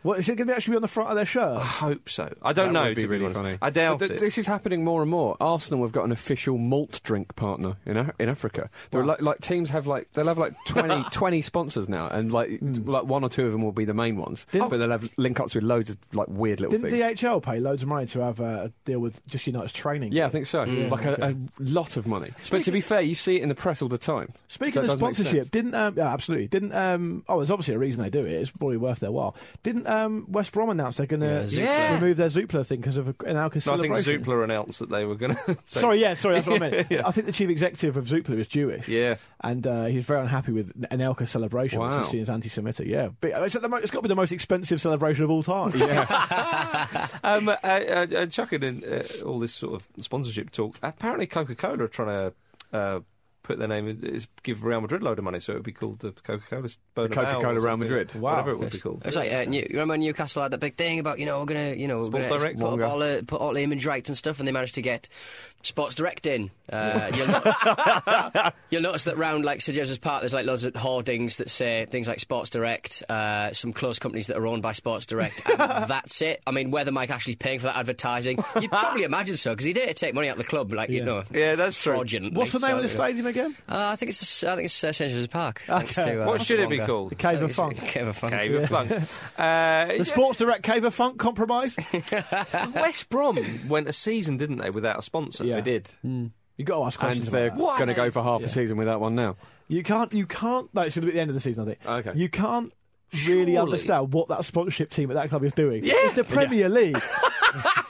[SPEAKER 2] What is it going to actually be on the front of their shirt?
[SPEAKER 4] I hope so. I don't
[SPEAKER 3] That
[SPEAKER 4] know.
[SPEAKER 3] would be
[SPEAKER 4] to
[SPEAKER 3] really
[SPEAKER 4] honest.
[SPEAKER 3] funny.
[SPEAKER 4] I doubt
[SPEAKER 3] Th-
[SPEAKER 4] it.
[SPEAKER 3] This is happening more and more. Arsenal have got an official malt drink partner in Af- in Africa. There are like, like teams have like they'll have like 20, 20 sponsors now, and like like one or two of them will be the main ones.
[SPEAKER 2] Hmm. Didn't-
[SPEAKER 3] but they'll have link ups with loads of like weird little
[SPEAKER 2] Didn't
[SPEAKER 3] things.
[SPEAKER 2] DHL pay loads of money to have uh, a deal with just United's training?
[SPEAKER 3] yeah, I think so.
[SPEAKER 4] Mm,
[SPEAKER 3] Like a, a lot of money. but to be fair, you see it in the press all the time. So
[SPEAKER 2] Speaking of
[SPEAKER 3] it does make
[SPEAKER 2] sponsorship,
[SPEAKER 3] sense.
[SPEAKER 2] didn't um, yeah, absolutely didn't um, oh, there's obviously a reason they do it. It's probably worth their while. Didn't um, West Brom announce they're going
[SPEAKER 1] Yeah,
[SPEAKER 2] to
[SPEAKER 1] Zoopla.
[SPEAKER 2] remove their Zoopla thing because of a- an Alka
[SPEAKER 4] No, I think
[SPEAKER 2] celebration?
[SPEAKER 4] Zoopla announced that they were going to.
[SPEAKER 2] Sorry, yeah, sorry, that's what I meant. I think the chief executive of Zoopla is Jewish.
[SPEAKER 4] Yeah.
[SPEAKER 2] and uh, he was very unhappy with an Elka celebration,
[SPEAKER 3] Wow.
[SPEAKER 2] which is seen as anti-Semitic. Yeah, but it's, at the mo- it's got to be the most expensive celebration of all time. Yeah,
[SPEAKER 4] Um, uh, uh, uh, chucking in uh, all this sort of sponsorship talk, apparently Coca Cola are trying to uh, put their name in, is give Real Madrid a load of money, so it would be called the Coca Cola Bernabeu. or
[SPEAKER 3] Coca-Cola Real
[SPEAKER 4] something,
[SPEAKER 3] Madrid.
[SPEAKER 4] Wow. Whatever it would be called.
[SPEAKER 1] It's like uh, New, you remember Newcastle had that big thing about you know we're gonna you know we're
[SPEAKER 4] Sports
[SPEAKER 1] gonna
[SPEAKER 4] Direct?
[SPEAKER 1] put,
[SPEAKER 4] Longer.
[SPEAKER 1] up all the, put all the image rights and stuff, and they managed to get Sports Direct in. Uh, you'll, not, you'll notice that round like Sir James's Park, there's like loads of hoardings that say things like Sports Direct, uh, some close companies that are owned by Sports Direct, and that's it. I mean, whether Mike Ashley's paying for that advertising, you'd probably imagine so because he did it to take money out of the club, like you
[SPEAKER 2] Yeah.
[SPEAKER 1] know.
[SPEAKER 4] Yeah, that's true.
[SPEAKER 1] fraudulently.
[SPEAKER 2] what's the name of the
[SPEAKER 1] So,
[SPEAKER 2] stadium again?
[SPEAKER 1] Uh, I think it's the s- I think it's uh, St James's Park. Thanks
[SPEAKER 2] Okay.
[SPEAKER 1] to, uh,
[SPEAKER 4] What should it be
[SPEAKER 1] Wonga.
[SPEAKER 4] called?
[SPEAKER 2] Cave of
[SPEAKER 1] It's-
[SPEAKER 2] Funk.
[SPEAKER 1] Cave of Funk.
[SPEAKER 4] Cave of Funk. Uh,
[SPEAKER 2] The Sports Direct Cave of Funk compromise.
[SPEAKER 4] West Brom went a season, didn't they, without a sponsor?
[SPEAKER 2] Yeah. They
[SPEAKER 4] did.
[SPEAKER 2] You got to ask
[SPEAKER 3] And
[SPEAKER 2] questions.
[SPEAKER 3] they're
[SPEAKER 2] about that.
[SPEAKER 3] going to go for half a season without one now.
[SPEAKER 2] You can't. You can't. No, it's going to be at the end of the season. I think.
[SPEAKER 3] Okay.
[SPEAKER 2] You can't really
[SPEAKER 4] Surely.
[SPEAKER 2] understand what that sponsorship team at that club is doing. It's the Premier League.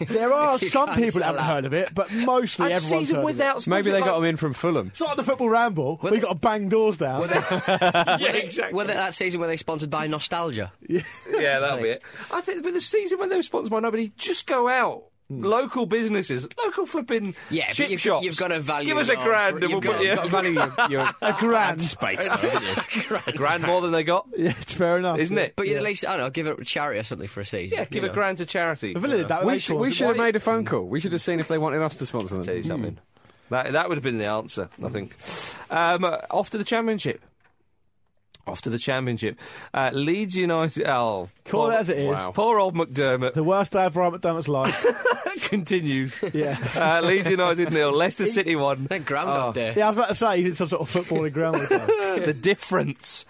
[SPEAKER 2] there are
[SPEAKER 1] You
[SPEAKER 2] some
[SPEAKER 1] can't
[SPEAKER 2] people that
[SPEAKER 1] sell
[SPEAKER 2] haven't
[SPEAKER 1] out.
[SPEAKER 2] heard of it, but mostly
[SPEAKER 4] A
[SPEAKER 2] everyone's
[SPEAKER 4] season
[SPEAKER 2] heard of it.
[SPEAKER 4] without sponsor.
[SPEAKER 3] Maybe they
[SPEAKER 4] like-
[SPEAKER 3] got them in from Fulham.
[SPEAKER 2] It's not like the football ramble. We've got to bang doors down.
[SPEAKER 4] Yeah, exactly.
[SPEAKER 1] Whether that season were they sponsored by Nostalgia?
[SPEAKER 4] yeah, that'll be it. I think, but the season when they were sponsored by nobody, just go out. Local businesses, local flipping
[SPEAKER 1] Yeah, but
[SPEAKER 4] chip
[SPEAKER 1] you've got-
[SPEAKER 4] shops.
[SPEAKER 1] you've got to value
[SPEAKER 4] Give us a
[SPEAKER 1] your-
[SPEAKER 4] grand,
[SPEAKER 1] you've
[SPEAKER 4] and we'll
[SPEAKER 1] got-
[SPEAKER 4] put you
[SPEAKER 1] you've got
[SPEAKER 4] a
[SPEAKER 1] to value
[SPEAKER 2] a grand.
[SPEAKER 4] grand more than they got,
[SPEAKER 2] Yeah, it's fair enough.
[SPEAKER 4] isn't it?
[SPEAKER 1] But you'd at least, I don't know, give it a charity or something for a season.
[SPEAKER 4] yeah, give
[SPEAKER 1] you
[SPEAKER 4] a
[SPEAKER 1] know.
[SPEAKER 4] grand to charity.
[SPEAKER 2] We've only did that with
[SPEAKER 3] We,
[SPEAKER 2] Acorns,
[SPEAKER 3] sh- we
[SPEAKER 2] didn't
[SPEAKER 3] should have made a phone call. We should have seen if they wanted us to sponsor
[SPEAKER 4] Hmm. Tell
[SPEAKER 3] them.
[SPEAKER 4] you something. Hmm. That that would have been the answer, I think. Um, uh, off to the championship. Off to the championship. Uh, Leeds United. Oh,
[SPEAKER 2] Call
[SPEAKER 4] poor-
[SPEAKER 2] it as it is.
[SPEAKER 4] Poor old McDermott
[SPEAKER 2] The worst day of Ryan McDermott's life.
[SPEAKER 4] continues.
[SPEAKER 2] Yeah.
[SPEAKER 4] uh, Leeds United nil, Leicester City one. Oh.
[SPEAKER 1] That Groundhog Day.
[SPEAKER 2] Oh. yeah, I was about to say he's in some sort of footballing ground. it
[SPEAKER 4] the difference.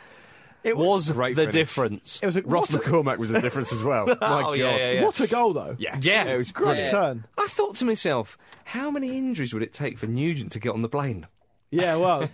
[SPEAKER 4] It was,
[SPEAKER 3] Great
[SPEAKER 4] the
[SPEAKER 3] finish.
[SPEAKER 4] difference.
[SPEAKER 2] was a
[SPEAKER 3] Ross
[SPEAKER 2] what,
[SPEAKER 3] McCormack was the difference as well. My
[SPEAKER 4] Oh,
[SPEAKER 3] God.
[SPEAKER 4] yeah, yeah, yeah.
[SPEAKER 2] what a goal though!
[SPEAKER 3] Yeah.
[SPEAKER 4] Yeah.
[SPEAKER 3] It was
[SPEAKER 2] great
[SPEAKER 3] brilliant.
[SPEAKER 2] turn.
[SPEAKER 4] I thought to myself, how many injuries would it take for Nugent to get on the plane?
[SPEAKER 2] Yeah, well,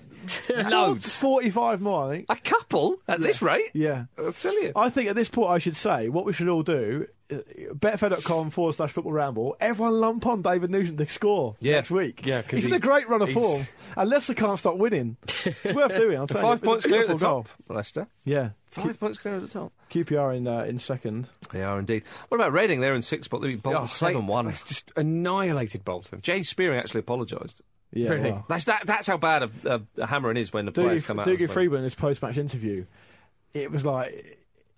[SPEAKER 4] Loads.
[SPEAKER 2] forty-five more. I think.
[SPEAKER 4] A couple at this rate.
[SPEAKER 2] Yeah.
[SPEAKER 4] I'll tell you.
[SPEAKER 2] I think at this point I should say what we should all do: uh, betfair.com forward slash football ramble. Everyone lump on David Nugent to score
[SPEAKER 4] Yeah.
[SPEAKER 2] next week.
[SPEAKER 3] Yeah, 'cause
[SPEAKER 2] he's in
[SPEAKER 3] he-
[SPEAKER 2] a great run of
[SPEAKER 3] he's-
[SPEAKER 2] form. And Leicester can't stop winning. It's worth doing. I'll tell you.
[SPEAKER 4] Five
[SPEAKER 2] It's a
[SPEAKER 4] points clear at the
[SPEAKER 2] beautiful goal.
[SPEAKER 4] top. Leicester.
[SPEAKER 2] Yeah,
[SPEAKER 4] Five points clear at the top.
[SPEAKER 2] QPR in uh, in second.
[SPEAKER 4] They are indeed. What about Reading? They're in sixth spot. They beat Bolton
[SPEAKER 3] Oh,
[SPEAKER 4] seven one.
[SPEAKER 3] It's just annihilated Bolton.
[SPEAKER 4] Jay Spearing actually apologised.
[SPEAKER 2] Yeah,
[SPEAKER 3] Really?
[SPEAKER 2] well.
[SPEAKER 4] That's that. That's how bad a, a, a hammering is when the players
[SPEAKER 2] Doogie,
[SPEAKER 4] come out.
[SPEAKER 2] Doogie
[SPEAKER 4] as well.
[SPEAKER 2] Freeman in his post-match interview, it was like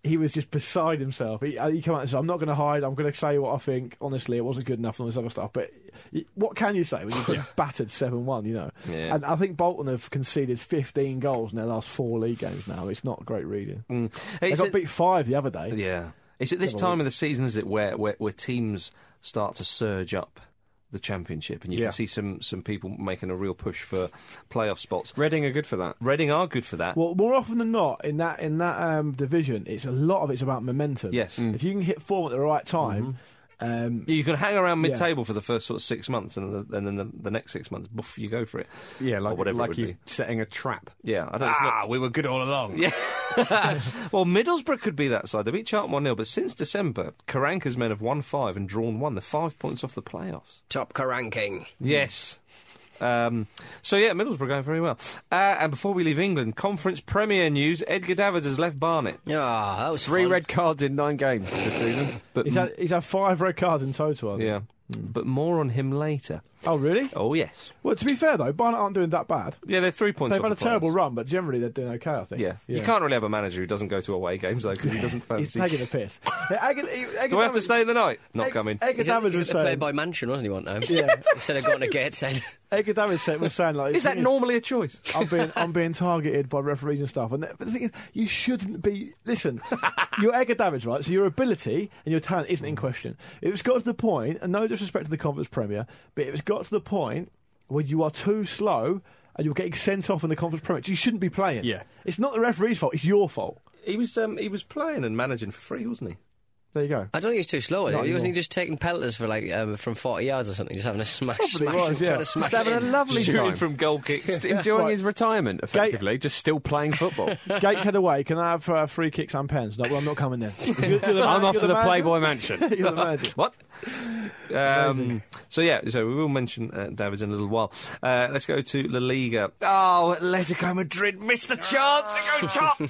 [SPEAKER 2] he was just beside himself. He, uh, he came out and said, "I'm not going to hide. I'm going to say what I think. Honestly, it wasn't good enough and all this other stuff." But y- what can you say when you've been battered seven-one? You know,
[SPEAKER 4] Yeah.
[SPEAKER 2] and I think Bolton have conceded 15 goals in their last four league games. Now it's not great reading.
[SPEAKER 4] Mm.
[SPEAKER 2] They
[SPEAKER 4] It's
[SPEAKER 2] got
[SPEAKER 4] at-
[SPEAKER 2] beat five the other day.
[SPEAKER 4] yeah. It's at this
[SPEAKER 2] Never
[SPEAKER 4] time of the season, is it, where where, where teams start to surge up the championship, and you
[SPEAKER 3] Yeah.
[SPEAKER 4] can see some some people making a real push for playoff spots.
[SPEAKER 3] Reading are good for that.
[SPEAKER 4] Reading are good for that.
[SPEAKER 2] Well, more often than not, in that in that um, division, it's a lot of it's about momentum.
[SPEAKER 4] Yes. Mm-hmm. Mm.
[SPEAKER 2] if you can hit form at the right time, um,
[SPEAKER 4] you can hang around
[SPEAKER 2] Yeah.
[SPEAKER 4] mid-table for the first sort of six months, and, the, and then the, the next six months, boof, you go for it.
[SPEAKER 3] Yeah, like
[SPEAKER 4] or whatever
[SPEAKER 3] like
[SPEAKER 4] it would
[SPEAKER 3] he's
[SPEAKER 4] be.
[SPEAKER 3] setting a trap.
[SPEAKER 4] Yeah, I don't. it's not-
[SPEAKER 3] Ah, we were good all along.
[SPEAKER 4] Yeah.
[SPEAKER 2] Ah.
[SPEAKER 4] well, Middlesbrough could be that side. They beat Charlton 1 0, but since December, Karanka's men have won five and drawn one. They're five points off the playoffs.
[SPEAKER 1] Top ranking.
[SPEAKER 4] Yes. Um, so yeah, Middlesbrough going very well. Uh, and before we leave England, conference premier news: Edgar Davids has left Barnet.
[SPEAKER 1] Ah, that was
[SPEAKER 3] Three
[SPEAKER 1] fun.
[SPEAKER 3] red cards in nine games this season.
[SPEAKER 4] But
[SPEAKER 2] He's had, he's had five red cards in total. I think.
[SPEAKER 4] Mm. yeah, but more on him later.
[SPEAKER 2] Oh, really?
[SPEAKER 4] Hmm. Oh yes,
[SPEAKER 2] Well, to be fair though, Barnet aren't doing that bad.
[SPEAKER 4] yeah, they're three points.
[SPEAKER 2] They've
[SPEAKER 4] off
[SPEAKER 2] had a
[SPEAKER 4] the
[SPEAKER 2] terrible
[SPEAKER 4] playoffs.
[SPEAKER 2] run, but generally they're doing okay. I think.
[SPEAKER 4] Yeah. you can't really have a manager who doesn't go to away games though, because he doesn't
[SPEAKER 2] He's
[SPEAKER 4] fancy.
[SPEAKER 2] taking a piss. Ag-
[SPEAKER 4] Do I have to stay in the night? Not coming.
[SPEAKER 2] Edgar
[SPEAKER 1] He's at,
[SPEAKER 2] Davids
[SPEAKER 1] he's
[SPEAKER 2] was
[SPEAKER 1] at the play
[SPEAKER 2] saying.
[SPEAKER 1] by Mansion, wasn't he, one time?
[SPEAKER 2] Yeah.
[SPEAKER 1] Instead of going to Gateshead.
[SPEAKER 2] Edgar Davids said- was saying like.
[SPEAKER 4] Is that normally a choice?
[SPEAKER 2] I'm being I'm being targeted by referees and stuff. And the, but the thing is, you shouldn't be. Listen, you're Edgar Davids, right? So your ability and your talent isn't
[SPEAKER 4] Mm.
[SPEAKER 2] in question. It was got to the point, and no disrespect to the conference premier, but it was got to the point where you are too slow. And you're getting sent off in the conference premier. You shouldn't be playing.
[SPEAKER 4] Yeah.
[SPEAKER 2] it's not the referee's fault. It's your fault.
[SPEAKER 4] He was um, he was playing and managing for free, wasn't he?
[SPEAKER 2] There you go.
[SPEAKER 1] I don't think he was too slow. Was
[SPEAKER 2] Not
[SPEAKER 1] he? wasn't he
[SPEAKER 2] anymore.
[SPEAKER 1] just taking pelters for like um, from forty yards or something, just having a smash,
[SPEAKER 2] Probably
[SPEAKER 1] smash,
[SPEAKER 2] was, yeah.
[SPEAKER 1] trying to
[SPEAKER 2] Just
[SPEAKER 1] smash.
[SPEAKER 3] having a
[SPEAKER 1] in.
[SPEAKER 3] lovely
[SPEAKER 4] Shooting
[SPEAKER 3] time.
[SPEAKER 4] from goal kicks.
[SPEAKER 3] Enjoying
[SPEAKER 2] Right.
[SPEAKER 3] his retirement, effectively, just still playing football.
[SPEAKER 2] Gateshead away. Can I have uh, free kicks and pens? No, well, I'm not coming there. You're- you're the man-
[SPEAKER 3] I'm off
[SPEAKER 2] you're
[SPEAKER 3] to the
[SPEAKER 2] manager.
[SPEAKER 3] Playboy Mansion.
[SPEAKER 2] You're the manager.
[SPEAKER 4] What? Um, so yeah, so we will mention uh, Davids in a little while. Uh, let's go to La Liga. Oh, Atletico Madrid missed the chance to go top.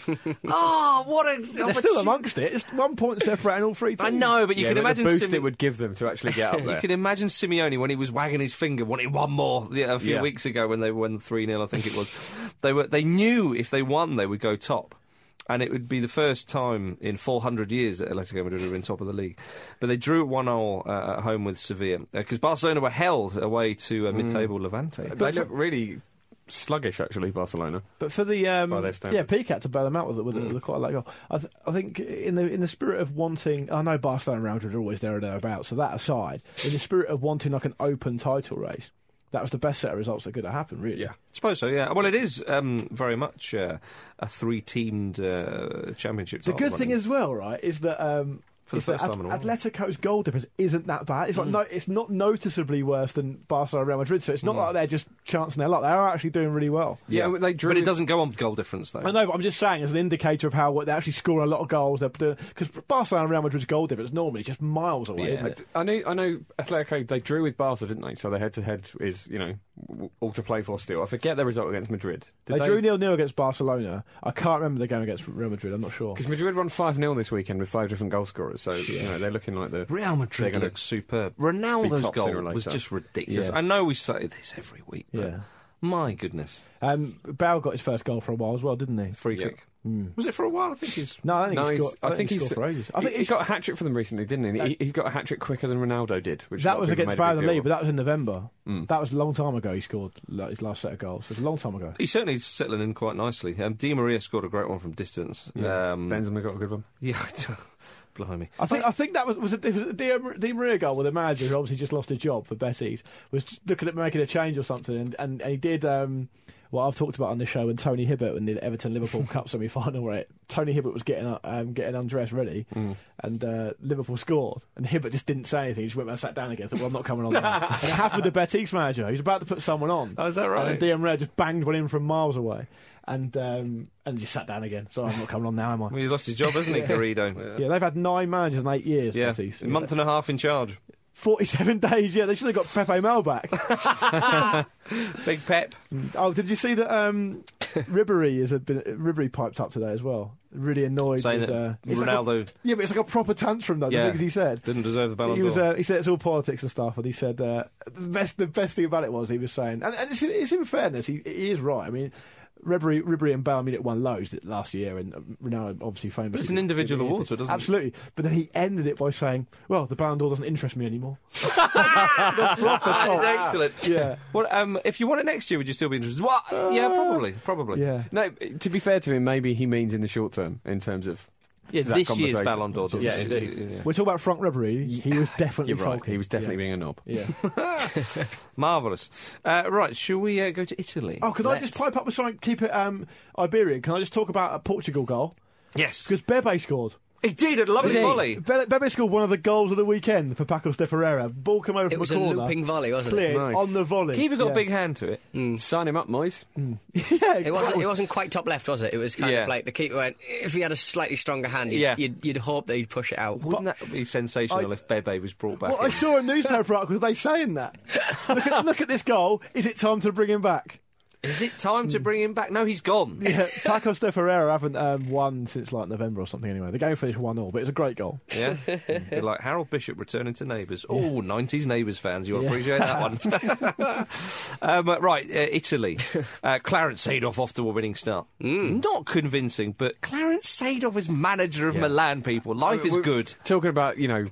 [SPEAKER 4] oh, what a!
[SPEAKER 2] They're still amongst it. It's one point separating all three teams.
[SPEAKER 4] I know, but you
[SPEAKER 3] yeah,
[SPEAKER 4] can
[SPEAKER 3] but
[SPEAKER 4] imagine
[SPEAKER 3] the boost
[SPEAKER 4] Simi-
[SPEAKER 3] it would give them to actually get up
[SPEAKER 4] You
[SPEAKER 3] there.
[SPEAKER 4] can imagine Simeone when he was wagging his finger, wanting one more the- a few
[SPEAKER 3] Yeah.
[SPEAKER 4] weeks ago when they won three 0 I think it was. they were they knew if they won they would go top, and it would be the first time in 400 years that Atletico Madrid have been top of the league. But they drew one 0 uh, at home with Sevilla because Barcelona were held away to uh, mid-table Levante.
[SPEAKER 3] they look really sluggish, actually, Barcelona.
[SPEAKER 2] But for the um,
[SPEAKER 3] By
[SPEAKER 2] yeah,
[SPEAKER 3] their standards. Mm.
[SPEAKER 2] Piquet had to bail them out with it with, it with quite a late goal. I, th- I think in the in the spirit of wanting, I know Barcelona and Real Madrid are always there or thereabouts. So that aside, in the spirit of wanting like an open title race, that was the best set of results that could have happened. Really,
[SPEAKER 4] Yeah, I suppose so. Yeah, well, it is um, very much uh, a three-teamed uh, championship.
[SPEAKER 2] The
[SPEAKER 4] title
[SPEAKER 2] good thing
[SPEAKER 4] running.
[SPEAKER 2] as well, right, is that. Um,
[SPEAKER 4] For the
[SPEAKER 2] is that
[SPEAKER 4] first time in a while. Mm.
[SPEAKER 2] Atletico's goal difference isn't that bad. It's like no, it's not noticeably worse than Barcelona and Real Madrid. So it's not like they're just chancing their luck. They are actually doing really well.
[SPEAKER 4] Mm. yeah,
[SPEAKER 3] Yeah, they drew-
[SPEAKER 4] but it doesn't go on goal difference though.
[SPEAKER 2] I know, but I'm just saying as an indicator of how what, they're actually scoring a lot of goals. They're because Barcelona and Real Madrid's goal difference normally is just miles away.
[SPEAKER 4] Yeah.
[SPEAKER 2] Isn't
[SPEAKER 3] I,
[SPEAKER 2] it?
[SPEAKER 3] d- I know, I know. Atletico they drew with Barca, didn't they? So their head-to-head is, you know, w- all to play for still. I forget their result against Madrid.
[SPEAKER 2] They, drew nil nil against Barcelona. I can't remember the game against Real Madrid. I'm not sure.
[SPEAKER 3] because Madrid won five 0 this weekend with five different goal scorers. So you know they're looking like the
[SPEAKER 4] Real Madrid
[SPEAKER 3] They're gonna
[SPEAKER 4] looked superb.
[SPEAKER 3] be
[SPEAKER 4] Ronaldo's
[SPEAKER 3] top
[SPEAKER 4] goal
[SPEAKER 3] sooner or
[SPEAKER 4] was
[SPEAKER 3] later.
[SPEAKER 4] just ridiculous.
[SPEAKER 2] Yeah.
[SPEAKER 4] I know we say this every week, but
[SPEAKER 2] Yeah.
[SPEAKER 4] my goodness,
[SPEAKER 2] Um, Bale got his first goal for a while as well, didn't he?
[SPEAKER 4] free
[SPEAKER 3] Yeah.
[SPEAKER 4] kick. Was it for a while? I think he's.
[SPEAKER 2] No, I think
[SPEAKER 3] No,
[SPEAKER 2] he
[SPEAKER 3] he's-
[SPEAKER 2] scored. I, think, he scored for ages. I think
[SPEAKER 3] he,
[SPEAKER 2] he
[SPEAKER 3] got a hat trick for them recently, didn't he? he? He's got a hat trick quicker than Ronaldo did. Which
[SPEAKER 2] that was against Bayern Lee, but
[SPEAKER 3] that,
[SPEAKER 2] that was in November. That was a long time ago. He scored like, his last set of goals. It was a long time ago.
[SPEAKER 4] He's certainly settling in quite nicely. Um, Di Maria scored a great one from distance. Um,
[SPEAKER 3] Benzema got a good one.
[SPEAKER 4] Yeah, I don't- blimey.
[SPEAKER 2] I think I think that was was it, was it Di, Di Maria goal where the manager who obviously just lost his job for Betty's was looking at making a change or something and, and, and he did um, what I've talked about on the show when Tony Hibbert in the Everton Liverpool Cup semi final where it, Tony Hibbert was getting uh, um, getting undressed ready and uh, Liverpool scored and Hibbert just didn't say anything he just went and sat down again thought well I'm not coming on now. and it happened to Betty's manager he was about to put someone on
[SPEAKER 4] Oh, is that right?
[SPEAKER 2] and then Maria just banged one in from miles away and um, and just sat down again so I'm not coming on now am I
[SPEAKER 4] Well, he's lost his job, hasn't he, Garrido?
[SPEAKER 2] yeah, they've had nine managers in eight years.
[SPEAKER 4] Yeah,
[SPEAKER 2] Betis.
[SPEAKER 4] a month and a half in charge.
[SPEAKER 2] 47 days, yeah. They should have got Pepe Mel back.
[SPEAKER 4] Big Pep.
[SPEAKER 2] oh, did you see that um, Ribery has been Ribery piped up today as well? Really annoyed
[SPEAKER 4] Saying
[SPEAKER 2] with
[SPEAKER 4] that
[SPEAKER 2] uh, it's like a-
[SPEAKER 4] Ronaldo
[SPEAKER 2] yeah, but it's like a proper tantrum though.
[SPEAKER 4] Yeah.
[SPEAKER 2] The things he said.
[SPEAKER 4] didn't deserve the Ballon
[SPEAKER 2] He
[SPEAKER 4] d'Or.
[SPEAKER 2] was. Uh, he said it's all politics and stuff, and he said uh, the best. The best thing about it was he was saying, and, and it's, it's in fairness, he, he is right. I mean, Ribery, Ribery and Bayern Munich won loads last year, and um, Ronaldo obviously famous.
[SPEAKER 4] But it's an individual award, so it doesn't-
[SPEAKER 2] absolutely. But then he ended it by saying, "Well, the Ballon d'Or doesn't interest me anymore."
[SPEAKER 4] That is excellent.
[SPEAKER 2] Yeah.
[SPEAKER 4] Well, um, if you want it next year, would you still be interested? What? yeah, probably, probably.
[SPEAKER 2] Yeah.
[SPEAKER 3] No, to be fair to him, maybe he means in the short term in terms of
[SPEAKER 4] Yeah,
[SPEAKER 3] That
[SPEAKER 4] this year's
[SPEAKER 3] conversation.
[SPEAKER 4] Ballon d'Or. doesn't
[SPEAKER 3] Yeah,
[SPEAKER 4] it?
[SPEAKER 3] indeed.
[SPEAKER 4] Yeah.
[SPEAKER 2] We're talking about Frank Ribery. He was definitely
[SPEAKER 3] You're right.
[SPEAKER 2] sulking.
[SPEAKER 3] He was definitely being a knob.
[SPEAKER 2] Yeah. yeah.
[SPEAKER 4] Marvellous. Uh, right, shall we uh, go to Italy?
[SPEAKER 2] Oh, could I just pipe up with something? Keep it um, Iberian. Can I just talk about a Portugal goal?
[SPEAKER 4] Yes.
[SPEAKER 2] Because Bebe scored.
[SPEAKER 4] He did a lovely volley.
[SPEAKER 2] Be- Bebe scored one of the goals of the weekend for Pacos de Ferreira. Ball come over
[SPEAKER 1] It
[SPEAKER 2] from
[SPEAKER 1] was
[SPEAKER 2] the
[SPEAKER 1] a
[SPEAKER 2] corner.
[SPEAKER 1] looping volley, wasn't it?
[SPEAKER 2] cleared
[SPEAKER 3] Nice.
[SPEAKER 2] on the volley.
[SPEAKER 4] Keeper got
[SPEAKER 2] Yeah.
[SPEAKER 4] a big hand to it.
[SPEAKER 3] Sign him up, Moyes.
[SPEAKER 2] yeah,
[SPEAKER 1] It wasn't. It wasn't quite top left, was it? It was kind
[SPEAKER 4] Yeah.
[SPEAKER 1] of like the keeper went. If he had a slightly stronger hand, you'd,
[SPEAKER 4] Yeah.
[SPEAKER 1] you'd, you'd hope that he'd push it out.
[SPEAKER 4] Wouldn't that be sensational
[SPEAKER 2] I-
[SPEAKER 4] if Bebe was brought back?
[SPEAKER 2] Well, I
[SPEAKER 4] in?
[SPEAKER 2] saw a newspaper article. They saying that. look, at, look at this goal. Is it time to bring him back?
[SPEAKER 4] Is it time to bring him back? No, he's gone.
[SPEAKER 2] Yeah, Pacos de Ferreira haven't um, won since like November or something. Anyway, the game finished one 0 but it's a great goal.
[SPEAKER 4] Yeah, They're like Harold Bishop returning to Neighbours. Oh, 90s Neighbours fans, you'll appreciate that one. um, uh, right, uh, Italy. Uh, Clarence Seedorf off to a winning start.
[SPEAKER 2] Mm.
[SPEAKER 4] Not convincing, but Clarence Seedorf is manager of Milan, people.
[SPEAKER 2] Uh,
[SPEAKER 4] Life is
[SPEAKER 3] We're
[SPEAKER 4] good.
[SPEAKER 3] Talking about, you know,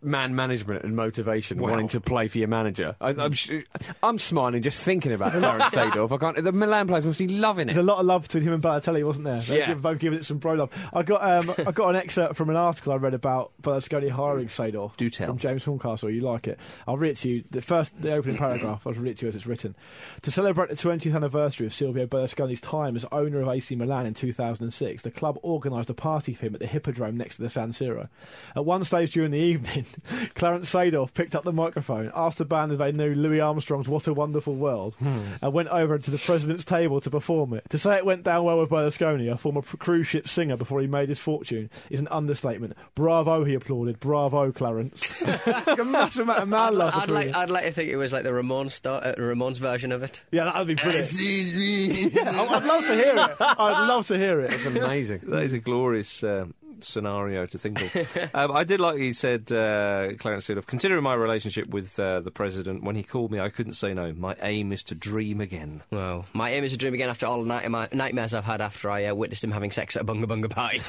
[SPEAKER 3] man management and motivation, wanting to play for your manager. I, I'm, su I'm smiling just thinking about Clarence Seedorf. I can't. The Milan players must be loving
[SPEAKER 2] There's a
[SPEAKER 3] it.
[SPEAKER 2] lot of love between him and Balotelli, wasn't there? They've
[SPEAKER 3] Yeah.
[SPEAKER 2] given- both giving it some bro love. I got um, I got an excerpt from an article I read about Berlusconi hiring Sador.
[SPEAKER 4] Do tell.
[SPEAKER 2] From James Horncastle. You like it? I'll read it to you. The first, the opening paragraph. I'll read it to you as it's written. To celebrate the 20th anniversary of Silvio Berlusconi's time as owner of AC Milan in 2006, the club organised a party for him at the Hippodrome next to the San Siro. At one stage during the evening, Clarence Sador picked up the microphone, asked the band if they knew Louis Armstrong's "What a Wonderful World,"
[SPEAKER 1] Hmm.
[SPEAKER 2] and went over to the president's table to perform it. To say it went down well with Berlusconi, a former p- cruise ship singer before he made his fortune, is an understatement. Bravo, he applauded. Bravo, Clarence. a massive amount of man love.
[SPEAKER 1] I'd
[SPEAKER 2] between
[SPEAKER 1] like,
[SPEAKER 2] us.
[SPEAKER 1] I'd like to think it was like the Ramones, start, uh, Ramones version of it.
[SPEAKER 2] yeah, that'd be brilliant. Yeah, I- I'd love to hear it. I'd love to hear it.
[SPEAKER 3] It's amazing.
[SPEAKER 4] That is a glorious um, scenario to think of. um, I did like he said, uh, Clarence Seedorf, considering my relationship with uh, the president, when he called me, I couldn't say no. My aim is to dream again.
[SPEAKER 1] Wow. My aim is to dream again after all the night- my nightmares I've had after I uh, witnessed him having sex at a bunga bunga party.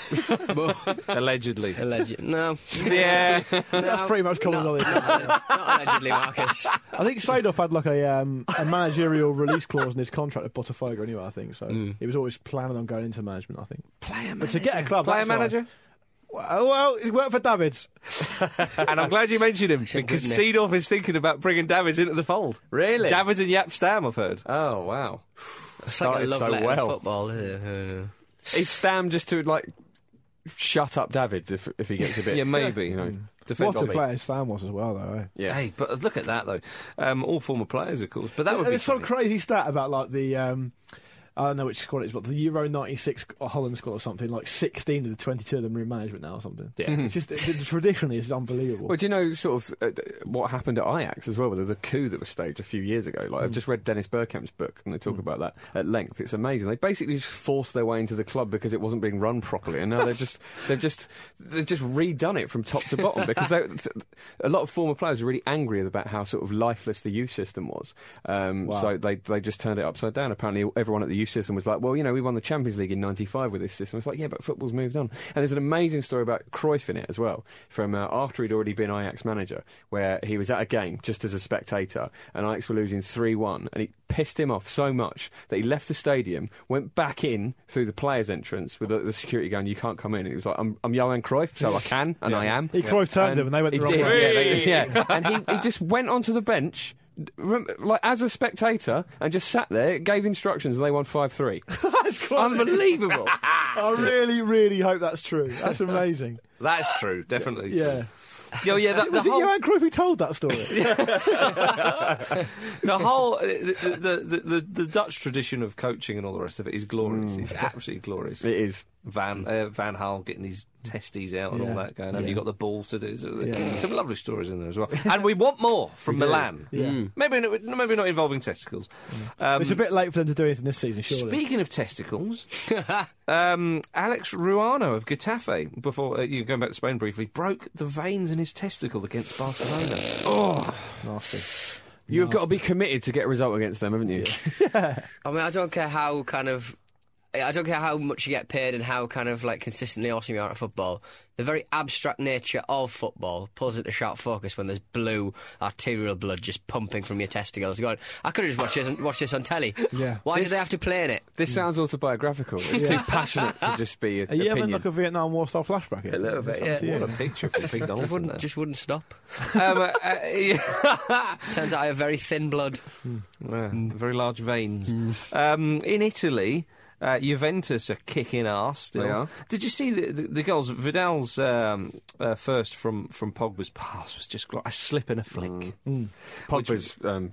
[SPEAKER 1] But-
[SPEAKER 4] Allegedly.
[SPEAKER 1] Alleged. No.
[SPEAKER 4] yeah.
[SPEAKER 1] Um,
[SPEAKER 2] That's pretty much common knowledge.
[SPEAKER 1] Not allegedly, Marcus.
[SPEAKER 2] I think Sadoff had like a um, a managerial release clause in his contract with Botafogo anyway. I think so.
[SPEAKER 4] Mm.
[SPEAKER 2] He was always planning on going into management. I think.
[SPEAKER 4] Player
[SPEAKER 2] But to get a club,
[SPEAKER 4] Player
[SPEAKER 2] that size-
[SPEAKER 4] manager?
[SPEAKER 2] Well, well, it worked for Davids.
[SPEAKER 4] And I'm glad you mentioned him
[SPEAKER 1] Shit,
[SPEAKER 4] because
[SPEAKER 1] wouldn't it?
[SPEAKER 4] Seedorf is thinking about bringing Davids into the fold.
[SPEAKER 3] Really?
[SPEAKER 4] Davids and Yap Stam, I've heard.
[SPEAKER 3] Oh, wow.
[SPEAKER 1] It's like a
[SPEAKER 3] Started
[SPEAKER 1] love
[SPEAKER 3] so
[SPEAKER 1] letter
[SPEAKER 3] well.
[SPEAKER 1] in football. isn't it?
[SPEAKER 3] Is Stam just to, like, shut up Davids if, if he gets a bit.
[SPEAKER 4] Yeah, maybe.
[SPEAKER 3] You know,
[SPEAKER 4] Defend
[SPEAKER 2] What a
[SPEAKER 4] Dobby.
[SPEAKER 2] player Stan was as well, though. Eh?
[SPEAKER 3] Yeah.
[SPEAKER 4] Hey, but look at that though. Um, all former players, of course. But that would
[SPEAKER 2] there
[SPEAKER 4] be
[SPEAKER 2] was some
[SPEAKER 4] funny.
[SPEAKER 2] crazy stat about like the. Um, I don't know which squad it is, but the Euro '96 Holland squad or something. Like 16 of the 22 of them are in management now or something. Yeah, it's just the, the tradition is unbelievable.
[SPEAKER 3] Well, do you know sort of uh, d- what happened at Ajax as well with the coup that was staged a few years ago? Like I've just read Dennis Burkamp's book and they talk about that at length. It's amazing. They basically just forced their way into the club because it wasn't being run properly, and now they've just they've just they've just redone it from top to bottom because they, a lot of former players were really angry about how sort of lifeless the youth system was. Um,
[SPEAKER 2] Wow.
[SPEAKER 3] So they they just turned it upside down. Apparently, everyone at the youth system was like, "Well, you know, we won the Champions League in '95 with this system." It's like, yeah, but football's moved on. And there's an amazing story about Cruyff in it as well, from uh, after he'd already been Ajax manager, where he was at a game just as a spectator, and Ajax were losing three-one, and it pissed him off so much that he left the stadium, went back in through the players' entrance with the, the security going, "You can't come in." And he was like, "I'm, I'm Johan Cruyff, so I can, and I am."
[SPEAKER 2] he Cruyff turned
[SPEAKER 3] And
[SPEAKER 2] them and they went
[SPEAKER 3] he
[SPEAKER 2] the wrong
[SPEAKER 3] did,
[SPEAKER 2] way.
[SPEAKER 3] yeah, they- yeah. and he, he just went onto the bench, rem- like as a spectator, and just sat there, gave instructions, and they won five three.
[SPEAKER 2] That's quite-
[SPEAKER 3] Unbelievable!
[SPEAKER 2] I really, really hope that's true. That's amazing.
[SPEAKER 4] That's true, definitely.
[SPEAKER 2] Yeah.
[SPEAKER 4] Yo, yeah. That, the
[SPEAKER 2] Was it
[SPEAKER 4] whole,
[SPEAKER 2] Johan Cruyff who told that story?
[SPEAKER 4] the whole, uh, the, the, the, the Dutch tradition of coaching and all the rest of it is glorious. It's
[SPEAKER 2] Mm.
[SPEAKER 4] absolutely glorious.
[SPEAKER 3] it is.
[SPEAKER 4] Van uh, Van Hal getting his testes out and
[SPEAKER 2] Yeah.
[SPEAKER 4] all that going. Have you got the balls to do? So
[SPEAKER 2] Yeah.
[SPEAKER 4] Some lovely stories in there as well. And we want more from Milan. Maybe not, maybe not involving testicles. Um,
[SPEAKER 2] it's a bit late for them to do anything this season, surely.
[SPEAKER 4] Speaking of testicles, um, Alex Ruano of Getafe, before uh, you going back to Spain briefly, broke the veins in his testicle against Barcelona.
[SPEAKER 2] Nasty.
[SPEAKER 3] You've got to be committed to get a result against them, haven't you?
[SPEAKER 1] I mean, I don't care how kind of. I don't care how much you get paid and how kind of like consistently awesome you are at football. The very abstract nature of football pulls into sharp focus when there's blue arterial blood just pumping from your testicles. Going, I could have just watched this, on- watched this on telly.
[SPEAKER 2] Yeah.
[SPEAKER 1] Why
[SPEAKER 3] This-
[SPEAKER 1] did they have to play in it?
[SPEAKER 3] This sounds autobiographical. It's too passionate to just be. A,
[SPEAKER 2] Are you having
[SPEAKER 3] opinion.
[SPEAKER 2] like a Vietnam War style flashback? here? It's up to you.
[SPEAKER 4] What a picture for Pink Donald.
[SPEAKER 1] Wouldn't just wouldn't stop.
[SPEAKER 4] um, uh, uh, yeah.
[SPEAKER 1] Turns out I have very thin blood.
[SPEAKER 4] Yeah, Very large veins. Um, in Italy, Uh, Juventus are kicking ass still.
[SPEAKER 3] They are.
[SPEAKER 4] Did you see the, the, the goals? Vidal's um, uh, first from, from Pogba's pass was just gl- a slip and a flick.
[SPEAKER 2] Mm.
[SPEAKER 5] Pogba's um,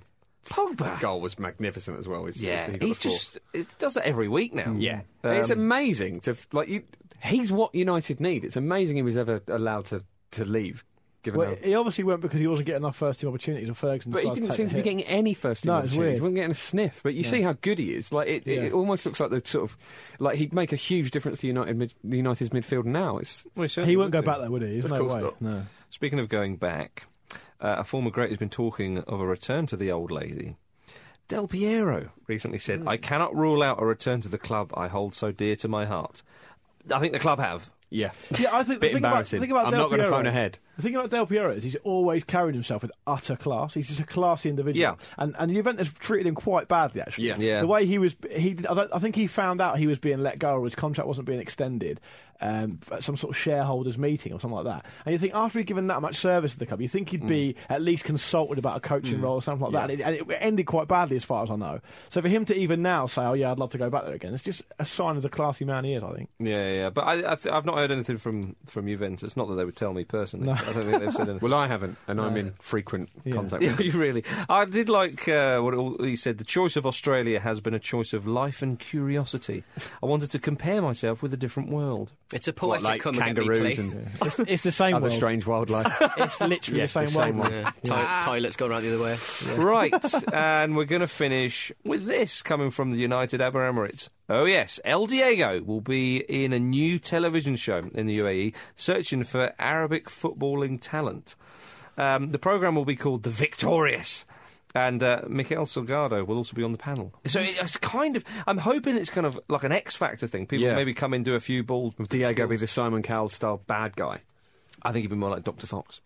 [SPEAKER 4] Pogba.
[SPEAKER 5] goal was magnificent as well. He's,
[SPEAKER 3] uh,
[SPEAKER 4] Yeah,
[SPEAKER 5] he got the
[SPEAKER 4] he's
[SPEAKER 5] four.
[SPEAKER 4] just it does that every week now.
[SPEAKER 5] Yeah.
[SPEAKER 4] Um,
[SPEAKER 3] it's amazing to f- like you. He's what United need. It's amazing he was ever allowed to, to leave. Given
[SPEAKER 2] Well,
[SPEAKER 3] how,
[SPEAKER 2] he obviously went because he wasn't getting enough first team opportunities, and Ferguson.
[SPEAKER 3] but he
[SPEAKER 2] decided
[SPEAKER 3] didn't
[SPEAKER 2] take
[SPEAKER 3] seem
[SPEAKER 2] the
[SPEAKER 3] to be
[SPEAKER 2] hit.
[SPEAKER 3] getting any first team
[SPEAKER 2] No, it's
[SPEAKER 3] opportunities.
[SPEAKER 2] weird.
[SPEAKER 3] He wasn't getting a sniff. But you see how good he is. Like it,
[SPEAKER 2] Yeah.
[SPEAKER 3] it almost looks like the sort of like he'd make a huge difference to United mid, United's midfield now. It's
[SPEAKER 4] well,
[SPEAKER 2] He
[SPEAKER 4] certainly
[SPEAKER 2] wouldn't go
[SPEAKER 4] would do.
[SPEAKER 2] back there, would he? There's
[SPEAKER 5] Of
[SPEAKER 2] no
[SPEAKER 5] course
[SPEAKER 2] way.
[SPEAKER 5] not.
[SPEAKER 2] No.
[SPEAKER 4] Speaking of going back, uh, a former great has been talking of a return to the old lady. Del Piero recently said, "I cannot rule out a return to the club I hold so dear to my heart." I think the club have.
[SPEAKER 5] yeah,
[SPEAKER 2] Yeah, I think.
[SPEAKER 5] bit
[SPEAKER 2] the thing about, the
[SPEAKER 5] embarrassing.
[SPEAKER 2] thing about
[SPEAKER 5] I'm
[SPEAKER 2] Del
[SPEAKER 5] not going to
[SPEAKER 2] Piero-
[SPEAKER 5] phone ahead.
[SPEAKER 2] The thing about Del Piero is he's always carried himself with utter class. He's just a classy individual.
[SPEAKER 4] Yeah.
[SPEAKER 2] And and Juventus treated him quite badly actually.
[SPEAKER 5] Yeah.
[SPEAKER 4] Yeah.
[SPEAKER 2] The way he was, he I don't- I think he found out he was being let go or his contract wasn't being extended um, at some sort of shareholders meeting or something like that. And you think after he'd given that much service to the club, you think he'd be at least consulted about a coaching role or something like that. And it, and it ended quite badly as far as I know. So for him to even now say, "Oh yeah, I'd love to go back there again," it's just a sign of the classy man he is. I think.
[SPEAKER 4] Yeah, yeah, yeah. but I, I th- I've not heard anything from from Juventus. Not that they would tell me personally. I don't think they've said anything.
[SPEAKER 5] Well, I haven't, and I'm in frequent contact.
[SPEAKER 4] Yeah,
[SPEAKER 5] with
[SPEAKER 4] you really. I did like uh, what it all- he said. The choice of Australia has been a choice of life and curiosity. I wanted to compare myself with a different world.
[SPEAKER 1] It's a
[SPEAKER 5] What,
[SPEAKER 1] poetic
[SPEAKER 5] like
[SPEAKER 1] come and get me,
[SPEAKER 5] kangaroos
[SPEAKER 1] please.
[SPEAKER 5] and
[SPEAKER 2] It's the same
[SPEAKER 5] other
[SPEAKER 2] world.
[SPEAKER 5] strange wildlife.
[SPEAKER 2] It's literally
[SPEAKER 5] Yes,
[SPEAKER 2] the same,
[SPEAKER 5] the same one.
[SPEAKER 2] world.
[SPEAKER 1] Yeah. Toi- toilets going round the other way.
[SPEAKER 4] Right, and we're going to finish with this coming from the United Arab Emirates. Oh, yes, El Diego will be in a new television show in the UAE searching for Arabic footballing talent. Um, the programme will be called The Victorious. And uh, Mikel Salgado will also be on the panel. So it- it's kind of, I'm hoping it's kind of like an X Factor thing. People
[SPEAKER 5] Yeah.
[SPEAKER 4] maybe come in, do a few balls.
[SPEAKER 5] Diego be the Simon Cowell style bad guy.
[SPEAKER 4] I think he'd be more like Dr. Fox.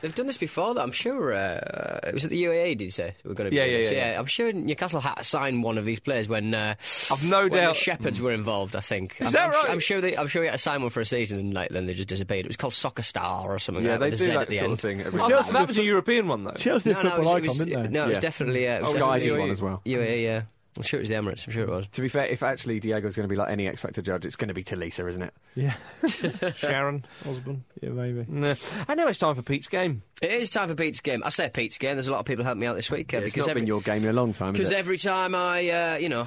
[SPEAKER 1] They've done this before, though. I'm sure. Uh, it was at the UAA, did you say? We're going to be
[SPEAKER 4] Yeah,
[SPEAKER 1] doing
[SPEAKER 4] yeah,
[SPEAKER 1] this?
[SPEAKER 4] yeah, yeah.
[SPEAKER 1] I'm sure Newcastle had to sign one of these players when. Uh,
[SPEAKER 4] I've no
[SPEAKER 1] when the
[SPEAKER 4] doubt-
[SPEAKER 1] Shepherds were involved. I think. Is I'm,
[SPEAKER 4] that
[SPEAKER 1] I'm su-
[SPEAKER 4] right?
[SPEAKER 1] I'm sure. They, I'm sure he had to sign one for a season, and like then they just disappeared. It was called Soccer Star or something.
[SPEAKER 5] Yeah,
[SPEAKER 1] like
[SPEAKER 5] they
[SPEAKER 1] with
[SPEAKER 5] do
[SPEAKER 1] a Z
[SPEAKER 5] that
[SPEAKER 1] at the
[SPEAKER 5] sort
[SPEAKER 1] end.
[SPEAKER 5] of thing. Every
[SPEAKER 4] Well,
[SPEAKER 5] now
[SPEAKER 4] that,
[SPEAKER 5] and
[SPEAKER 4] that was a European one, though.
[SPEAKER 2] Chelsea did
[SPEAKER 1] it
[SPEAKER 2] football
[SPEAKER 1] was,
[SPEAKER 2] icon,
[SPEAKER 1] it was,
[SPEAKER 2] didn't they?
[SPEAKER 1] no, it was
[SPEAKER 5] Yeah.
[SPEAKER 1] definitely. Uh, it was
[SPEAKER 4] Oh,
[SPEAKER 1] definitely
[SPEAKER 4] Guy did
[SPEAKER 1] UAE.
[SPEAKER 5] one as well.
[SPEAKER 1] UAA, E, yeah. I'm sure it was the Emirates. I'm sure it was.
[SPEAKER 5] To be fair, if actually Diego's going to be like any X Factor judge, it's going to be Talisa, isn't it?
[SPEAKER 2] Yeah,
[SPEAKER 4] Sharon Osborne.
[SPEAKER 2] yeah, maybe.
[SPEAKER 4] Nah. I know it's time for Pete's game.
[SPEAKER 1] It is time for Pete's game. I say Pete's game. There's a lot of people helping me out this week uh,
[SPEAKER 5] it's
[SPEAKER 1] because
[SPEAKER 5] not
[SPEAKER 1] every,
[SPEAKER 5] been your game in a long time, is
[SPEAKER 1] Because
[SPEAKER 5] it?
[SPEAKER 1] every time I, uh, you know, uh,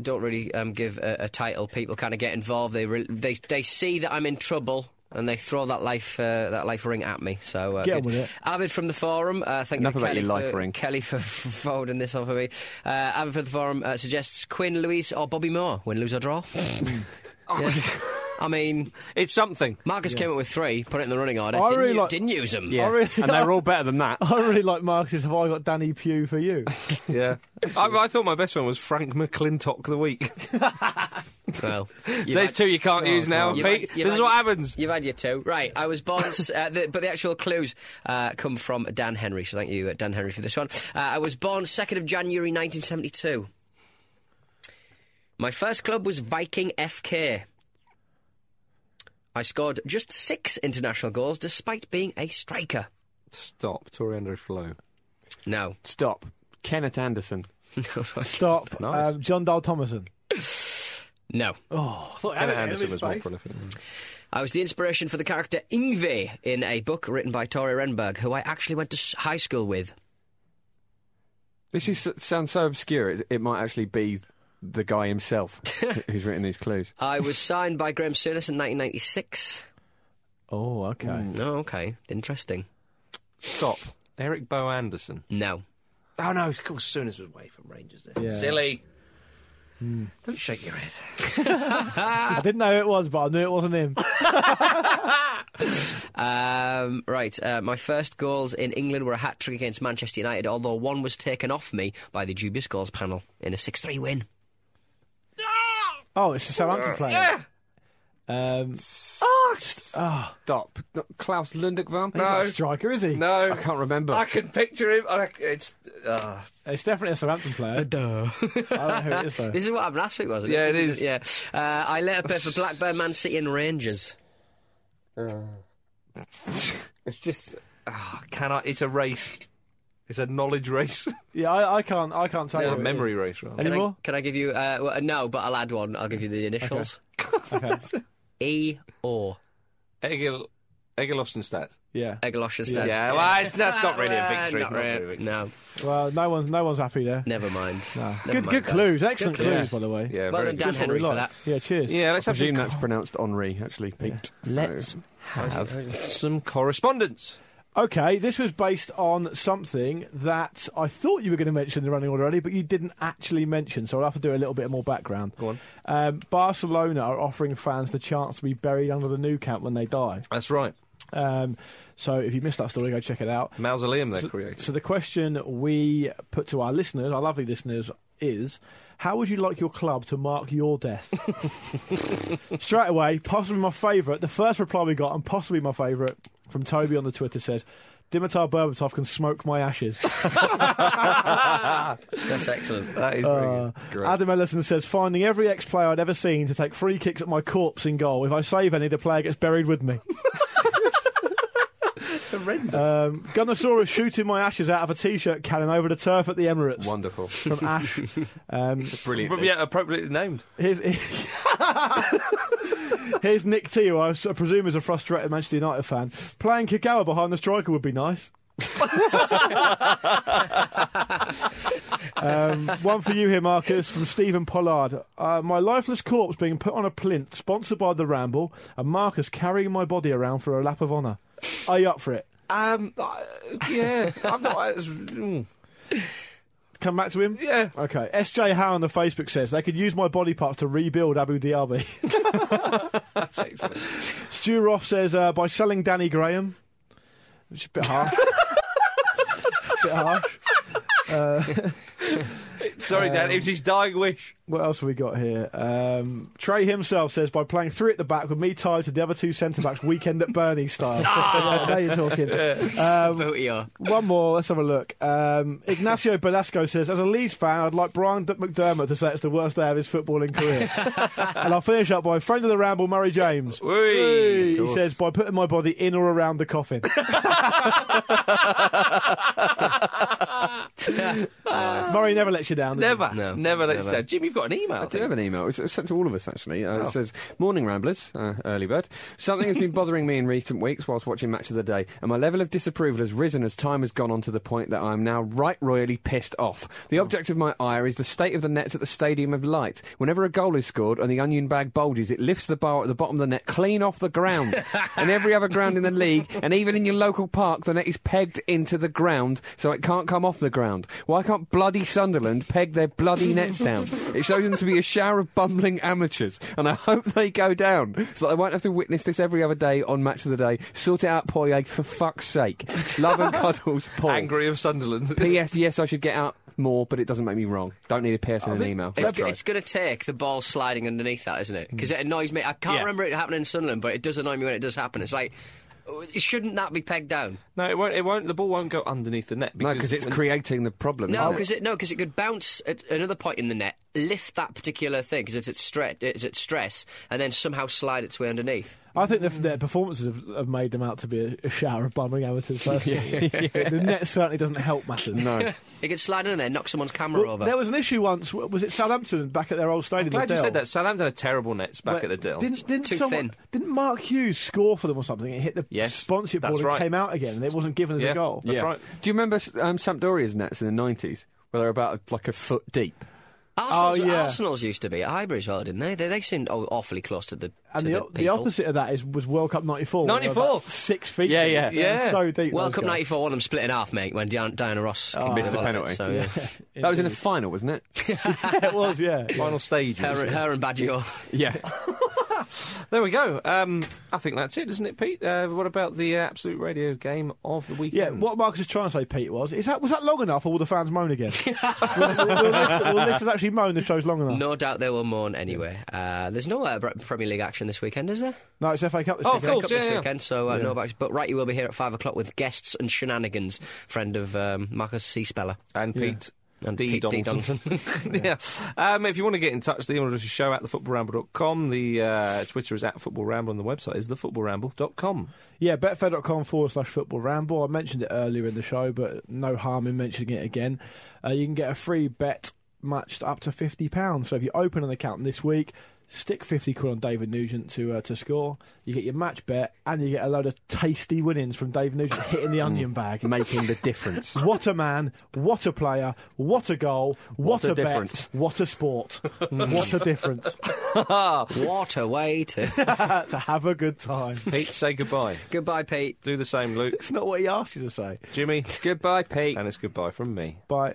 [SPEAKER 1] don't really um, give a, a title, people kind of get involved. They, re- they they see that I'm in trouble. And they throw that life uh, that life ring at me. So uh,
[SPEAKER 2] Get on
[SPEAKER 1] good.
[SPEAKER 2] with it.
[SPEAKER 1] Avid from the forum. Uh, thank you
[SPEAKER 5] Enough
[SPEAKER 1] to
[SPEAKER 5] about
[SPEAKER 1] Kelly
[SPEAKER 5] your life
[SPEAKER 1] for,
[SPEAKER 5] ring.
[SPEAKER 1] Kelly for folding this on for me. Uh, Avid from the forum uh, suggests Quinn, Louise, or Bobby Moore. Win, lose, or draw. Yeah. I mean,
[SPEAKER 4] It's something.
[SPEAKER 1] Marcus came up with three. Put it in the running order.
[SPEAKER 2] I
[SPEAKER 1] Didn't,
[SPEAKER 2] really
[SPEAKER 1] u-
[SPEAKER 2] like-
[SPEAKER 1] didn't use them.
[SPEAKER 4] Oh,
[SPEAKER 2] I really,
[SPEAKER 5] and they're all better than that.
[SPEAKER 2] I really like Marcus's. Have I got Danny Pugh for you?
[SPEAKER 4] Yeah. I, I thought my best one was Frank McClintock the week.
[SPEAKER 1] Well, you
[SPEAKER 4] There's
[SPEAKER 1] had-
[SPEAKER 4] two you can't use now.
[SPEAKER 1] God.
[SPEAKER 4] Pete,
[SPEAKER 1] You
[SPEAKER 4] this is
[SPEAKER 1] like-
[SPEAKER 4] what happens.
[SPEAKER 1] You've had your two. Right, I was born. uh, the, but the actual clues uh, come from Dan Henry, so thank you, uh, Dan Henry, for this one. Uh, I was born 2nd of January 1972. My first club was Viking FK. I scored just six international goals despite being a striker.
[SPEAKER 4] Stop, Toriando Flow.
[SPEAKER 1] No.
[SPEAKER 5] Stop. Kenneth Anderson.
[SPEAKER 2] Stop,
[SPEAKER 4] Nice.
[SPEAKER 2] um, John Dahl Thomason.
[SPEAKER 1] No.
[SPEAKER 2] Oh, I thought had
[SPEAKER 4] Ken
[SPEAKER 2] it in
[SPEAKER 4] Anderson
[SPEAKER 2] his
[SPEAKER 4] was more
[SPEAKER 2] face.
[SPEAKER 4] prolific.
[SPEAKER 1] I was the inspiration for the character Ingve in a book written by Tori Renberg, who I actually went to s- high school with.
[SPEAKER 5] This is sounds so obscure. It, it might actually be the guy himself who's written these clues.
[SPEAKER 1] I was signed by Graham Souness in 1996.
[SPEAKER 2] Oh, okay.
[SPEAKER 4] Mm.
[SPEAKER 1] Oh, okay. Interesting.
[SPEAKER 4] Stop. Eric Bo Anderson.
[SPEAKER 1] No.
[SPEAKER 4] Oh no, of course Sooners was away from Rangers then.
[SPEAKER 2] Yeah.
[SPEAKER 4] Silly. Don't shake your head.
[SPEAKER 2] I didn't know who it was, but I knew it wasn't him.
[SPEAKER 1] Um, right. Uh, my first goals in England were a hat trick against Manchester United, although one was taken off me by the dubious goals panel in a 6 3 win.
[SPEAKER 2] Oh, it's a Southampton player. Um,
[SPEAKER 3] Stop. Not Klaus Lundek van?
[SPEAKER 2] he's not a striker, is he?
[SPEAKER 4] No.
[SPEAKER 3] I can't remember.
[SPEAKER 4] I can picture him. I, it's uh,
[SPEAKER 2] It's definitely a Southampton player.
[SPEAKER 1] Duh.
[SPEAKER 2] I don't know who it is though.
[SPEAKER 1] this is what happened last week, wasn't it?
[SPEAKER 4] Yeah, it is.
[SPEAKER 1] Yeah. Uh, I later played for Blackburn, Man City, and Rangers.
[SPEAKER 4] it's just ah, can I? It's a race. It's a knowledge race,
[SPEAKER 2] Yeah, I, I can't. I can't tell you.
[SPEAKER 4] a
[SPEAKER 2] who it
[SPEAKER 4] memory
[SPEAKER 2] is.
[SPEAKER 4] race, rather.
[SPEAKER 2] Any
[SPEAKER 1] Can I,
[SPEAKER 2] more?
[SPEAKER 1] can I give you? Uh, well, no, but I'll add one. I'll give you the initials.
[SPEAKER 2] Okay.
[SPEAKER 1] E or
[SPEAKER 4] Egil, Egil Ostenstadt.
[SPEAKER 2] Yeah.
[SPEAKER 1] Egloshenstein.
[SPEAKER 4] Yeah, well, it's, that's not really a
[SPEAKER 1] Uh,
[SPEAKER 4] victory.
[SPEAKER 1] not really. No,
[SPEAKER 2] Well, no one's no one's happy there.
[SPEAKER 1] never mind. Never
[SPEAKER 2] Good,
[SPEAKER 1] mind,
[SPEAKER 2] good
[SPEAKER 1] guys.
[SPEAKER 2] clues. Excellent
[SPEAKER 1] clues.
[SPEAKER 2] clues, by the way.
[SPEAKER 4] Yeah,
[SPEAKER 1] Well
[SPEAKER 4] very
[SPEAKER 1] done, Dan
[SPEAKER 4] good.
[SPEAKER 2] That's what we
[SPEAKER 1] Henry, for that.
[SPEAKER 2] like. Yeah, cheers.
[SPEAKER 4] Yeah, let's
[SPEAKER 3] I
[SPEAKER 4] have some,
[SPEAKER 3] presume that's pronounced Henri, actually, Pete.
[SPEAKER 1] Let's have.
[SPEAKER 4] some correspondence.
[SPEAKER 2] Okay, this was based on something that I thought you were going to mention in the running order already, but you didn't actually mention, so I'll have to do a little bit more background.
[SPEAKER 4] Go on.
[SPEAKER 2] Um, Barcelona are offering fans the chance to be buried under the new camp when they die.
[SPEAKER 4] That's right.
[SPEAKER 2] Um, so if you missed that story, go check it out.
[SPEAKER 4] Mausoleum they're
[SPEAKER 2] So-
[SPEAKER 4] creating.
[SPEAKER 2] So the question we put to our listeners, our lovely listeners, is how would you like your club to mark your death? Straight away, possibly my favourite, the first reply we got, and possibly my favourite from Toby on the Twitter said, Dimitar Berbatov can smoke my ashes.
[SPEAKER 1] That's excellent.
[SPEAKER 4] that is very
[SPEAKER 2] Uh,
[SPEAKER 4] good. It's great.
[SPEAKER 2] Adam Ellison says, finding every ex player I'd ever seen to take free kicks at my corpse in goal. If I save any, the player gets buried with me. Horrendous. Um, Gunnosaurus shooting my ashes out of a t shirt cannon over the turf at the Emirates.
[SPEAKER 3] Wonderful.
[SPEAKER 2] From Ash. Um,
[SPEAKER 3] Brilliant.
[SPEAKER 4] Probably, yeah, appropriately named.
[SPEAKER 2] here's, here's Nick T, who I s- I presume is a frustrated Manchester United fan. Playing Kagawa behind the striker would be nice. um, one for you here, Marcus, from Stephen Pollard. Uh, my lifeless corpse being put on a plinth, sponsored by The Ramble, and Marcus carrying my body around for a lap of honour. Are you up for it?
[SPEAKER 4] Um, I- yeah, I'm not. I- it's- mm,
[SPEAKER 2] Come back to him?
[SPEAKER 4] yeah,
[SPEAKER 2] Okay. SJ Howe on the Facebook says they could use my body parts to rebuild Abu Dhabi.
[SPEAKER 4] that's excellent.
[SPEAKER 2] Stu Roth says uh, by selling Danny Graham, which is a bit harsh. bit harsh.
[SPEAKER 4] Sorry, Dan, it was his dying wish.
[SPEAKER 2] What else have we got here? Um, Trey himself says by playing three at the back with me tied to the other two centre backs, weekend at Bernie style. Yeah, now you're talking. Um,
[SPEAKER 1] Booty or
[SPEAKER 2] one more. Let's have a look. Um, Ignacio Belasco says, as a Leeds fan, I'd like Brian D- McDermott to say it's the worst day of his footballing career. and I'll finish up by friend of the ramble, Murray James.
[SPEAKER 4] Whee.
[SPEAKER 2] He says by putting my body in or around the coffin. Murray never lets you down. does he?
[SPEAKER 4] Never,
[SPEAKER 1] No,
[SPEAKER 4] never let us
[SPEAKER 1] never.
[SPEAKER 4] down. Jim, you've got an email.
[SPEAKER 3] I do have an email. It's it's sent to all of us, actually. Uh, It says, Morning Ramblers, uh, early bird. Something has been bothering me in recent weeks whilst watching Match of the Day, and my level of disapproval has risen as time has gone on to the point that I am now right royally pissed off. The object of my ire is the state of the nets at the Stadium of Light. Whenever a goal is scored and the onion bag bulges, it lifts the bar at the bottom of the net clean off the ground. and every other ground in the league, and even in your local park, the net is pegged into the ground so it can't come off the ground. Why can't bloody Sunderland peg their bloody nets down? It shows them to be a shower of bumbling amateurs, and I hope they go down so that I won't have to witness this every other day on Match of the Day. Sort it out, Poirier, for fuck's sake. Love and cuddles, Paul.
[SPEAKER 4] Angry of Sunderland.
[SPEAKER 3] P.S. Yes, I should get out more, but it doesn't make me wrong. Don't need a P.S. in an email.
[SPEAKER 1] It's, go- it's going to take the ball sliding underneath that, isn't it? Because it annoys me. I can't remember it happening in Sunderland, but it does annoy me when it does happen. It's like, oh, shouldn't that be pegged down?
[SPEAKER 4] No, it won't. It won't. The ball won't go underneath the net.
[SPEAKER 3] No, because it's creating the problem.
[SPEAKER 1] No,
[SPEAKER 3] isn't it?
[SPEAKER 1] because it no, because it could bounce at another point in the net, lift that particular thing because it's at stre- it's at stress, and then somehow slide its way underneath.
[SPEAKER 2] I think the, their performances have, have made them out to be a, a shower of bumbling amateurs. personally. The net certainly doesn't help matters.
[SPEAKER 3] No.
[SPEAKER 1] It could slide in there, knock someone's camera
[SPEAKER 2] Well,
[SPEAKER 1] over.
[SPEAKER 2] there was an issue once. w- Was it Southampton back at their old stadium?
[SPEAKER 4] Glad
[SPEAKER 2] the
[SPEAKER 4] you
[SPEAKER 2] Dell?
[SPEAKER 4] said that. Southampton had terrible nets back
[SPEAKER 2] But
[SPEAKER 4] at the Dell.
[SPEAKER 2] Didn't, didn't,
[SPEAKER 1] Too thin.
[SPEAKER 2] someone, didn't Mark Hughes score for them or something? It hit the
[SPEAKER 4] Yes,
[SPEAKER 2] sponsorship
[SPEAKER 4] that's
[SPEAKER 2] board
[SPEAKER 4] right.
[SPEAKER 2] and came out again, and it wasn't given as
[SPEAKER 4] yeah,
[SPEAKER 2] a goal.
[SPEAKER 4] That's
[SPEAKER 3] Yeah.
[SPEAKER 4] right.
[SPEAKER 3] Do you remember um, Sampdoria's nets in the 90s? Where they're about like a foot deep.
[SPEAKER 1] Arsenal's,
[SPEAKER 2] Oh, yeah.
[SPEAKER 1] Arsenal's used to be at Highbury as well, didn't they? They, they seemed aw- awfully close to the
[SPEAKER 2] And
[SPEAKER 1] to
[SPEAKER 2] the,
[SPEAKER 1] the,
[SPEAKER 2] o-
[SPEAKER 1] people.
[SPEAKER 2] the opposite of that is was World Cup '94.
[SPEAKER 4] 94.
[SPEAKER 2] six feet.
[SPEAKER 3] Yeah,
[SPEAKER 2] deep.
[SPEAKER 3] yeah.
[SPEAKER 2] They were
[SPEAKER 4] Yeah.
[SPEAKER 2] So deep.
[SPEAKER 1] World
[SPEAKER 2] those
[SPEAKER 1] Cup
[SPEAKER 2] guys.
[SPEAKER 1] '94, one of them split in half, mate, when Dian- Diana Ross
[SPEAKER 2] Oh,
[SPEAKER 3] missed the
[SPEAKER 1] the
[SPEAKER 3] penalty.
[SPEAKER 1] So, yeah.
[SPEAKER 3] That was in the final, wasn't it?
[SPEAKER 2] it was. Yeah, yeah.
[SPEAKER 4] Final stages.
[SPEAKER 1] uh, her, her and Baggio.
[SPEAKER 3] yeah.
[SPEAKER 4] There we go. Um, I think that's it, isn't it, Pete? Uh, what about the uh, Absolute Radio game of the weekend?
[SPEAKER 2] Yeah, what Marcus is trying to say, Pete, was is that was that long enough, or will the fans moan again? will, will, will this, will listeners actually moan the show's long
[SPEAKER 4] Oh.
[SPEAKER 2] enough?
[SPEAKER 1] No doubt they will mourn anyway. Uh, there's no uh, Bre- Premier League action this weekend, is there?
[SPEAKER 2] No, it's FA Cup this
[SPEAKER 4] Oh,
[SPEAKER 2] weekend.
[SPEAKER 4] of course,
[SPEAKER 1] Cup
[SPEAKER 4] yeah,
[SPEAKER 1] this
[SPEAKER 4] yeah.
[SPEAKER 1] weekend, so uh, no about But right, you will be here at five o'clock with guests and shenanigans. Friend of um, Marcus C. Speller.
[SPEAKER 4] And Pete
[SPEAKER 1] And
[SPEAKER 4] D.
[SPEAKER 1] Pete D.
[SPEAKER 4] Donaldson. yeah. Um, if you want to get in touch, the email address is show at thefootballramble.com. The uh, Twitter is at footballramble, and the website is thefootballramble.com.
[SPEAKER 2] Yeah, betfair.com forward slash football ramble. I mentioned it earlier in the show, but no harm in mentioning it again. Uh, you can get a free bet matched up to £50. So if you open an account this week, stick 50 quid on David Nugent to uh, to score, you get your match bet, and you get a load of tasty winnings from David Nugent hitting the onion bag.
[SPEAKER 5] making the difference.
[SPEAKER 2] What a man, what a player, what a goal, what,
[SPEAKER 5] What a
[SPEAKER 2] a,
[SPEAKER 5] difference.
[SPEAKER 2] bet, what a sport, what a difference
[SPEAKER 1] What a way to.
[SPEAKER 2] to have a good time.
[SPEAKER 4] Pete, say goodbye.
[SPEAKER 1] Goodbye, Pete.
[SPEAKER 4] Do the same, Luke.
[SPEAKER 2] It's not what he asked you to say.
[SPEAKER 4] Jimmy,
[SPEAKER 5] Goodbye, Pete.
[SPEAKER 4] and it's goodbye from me.
[SPEAKER 2] Bye.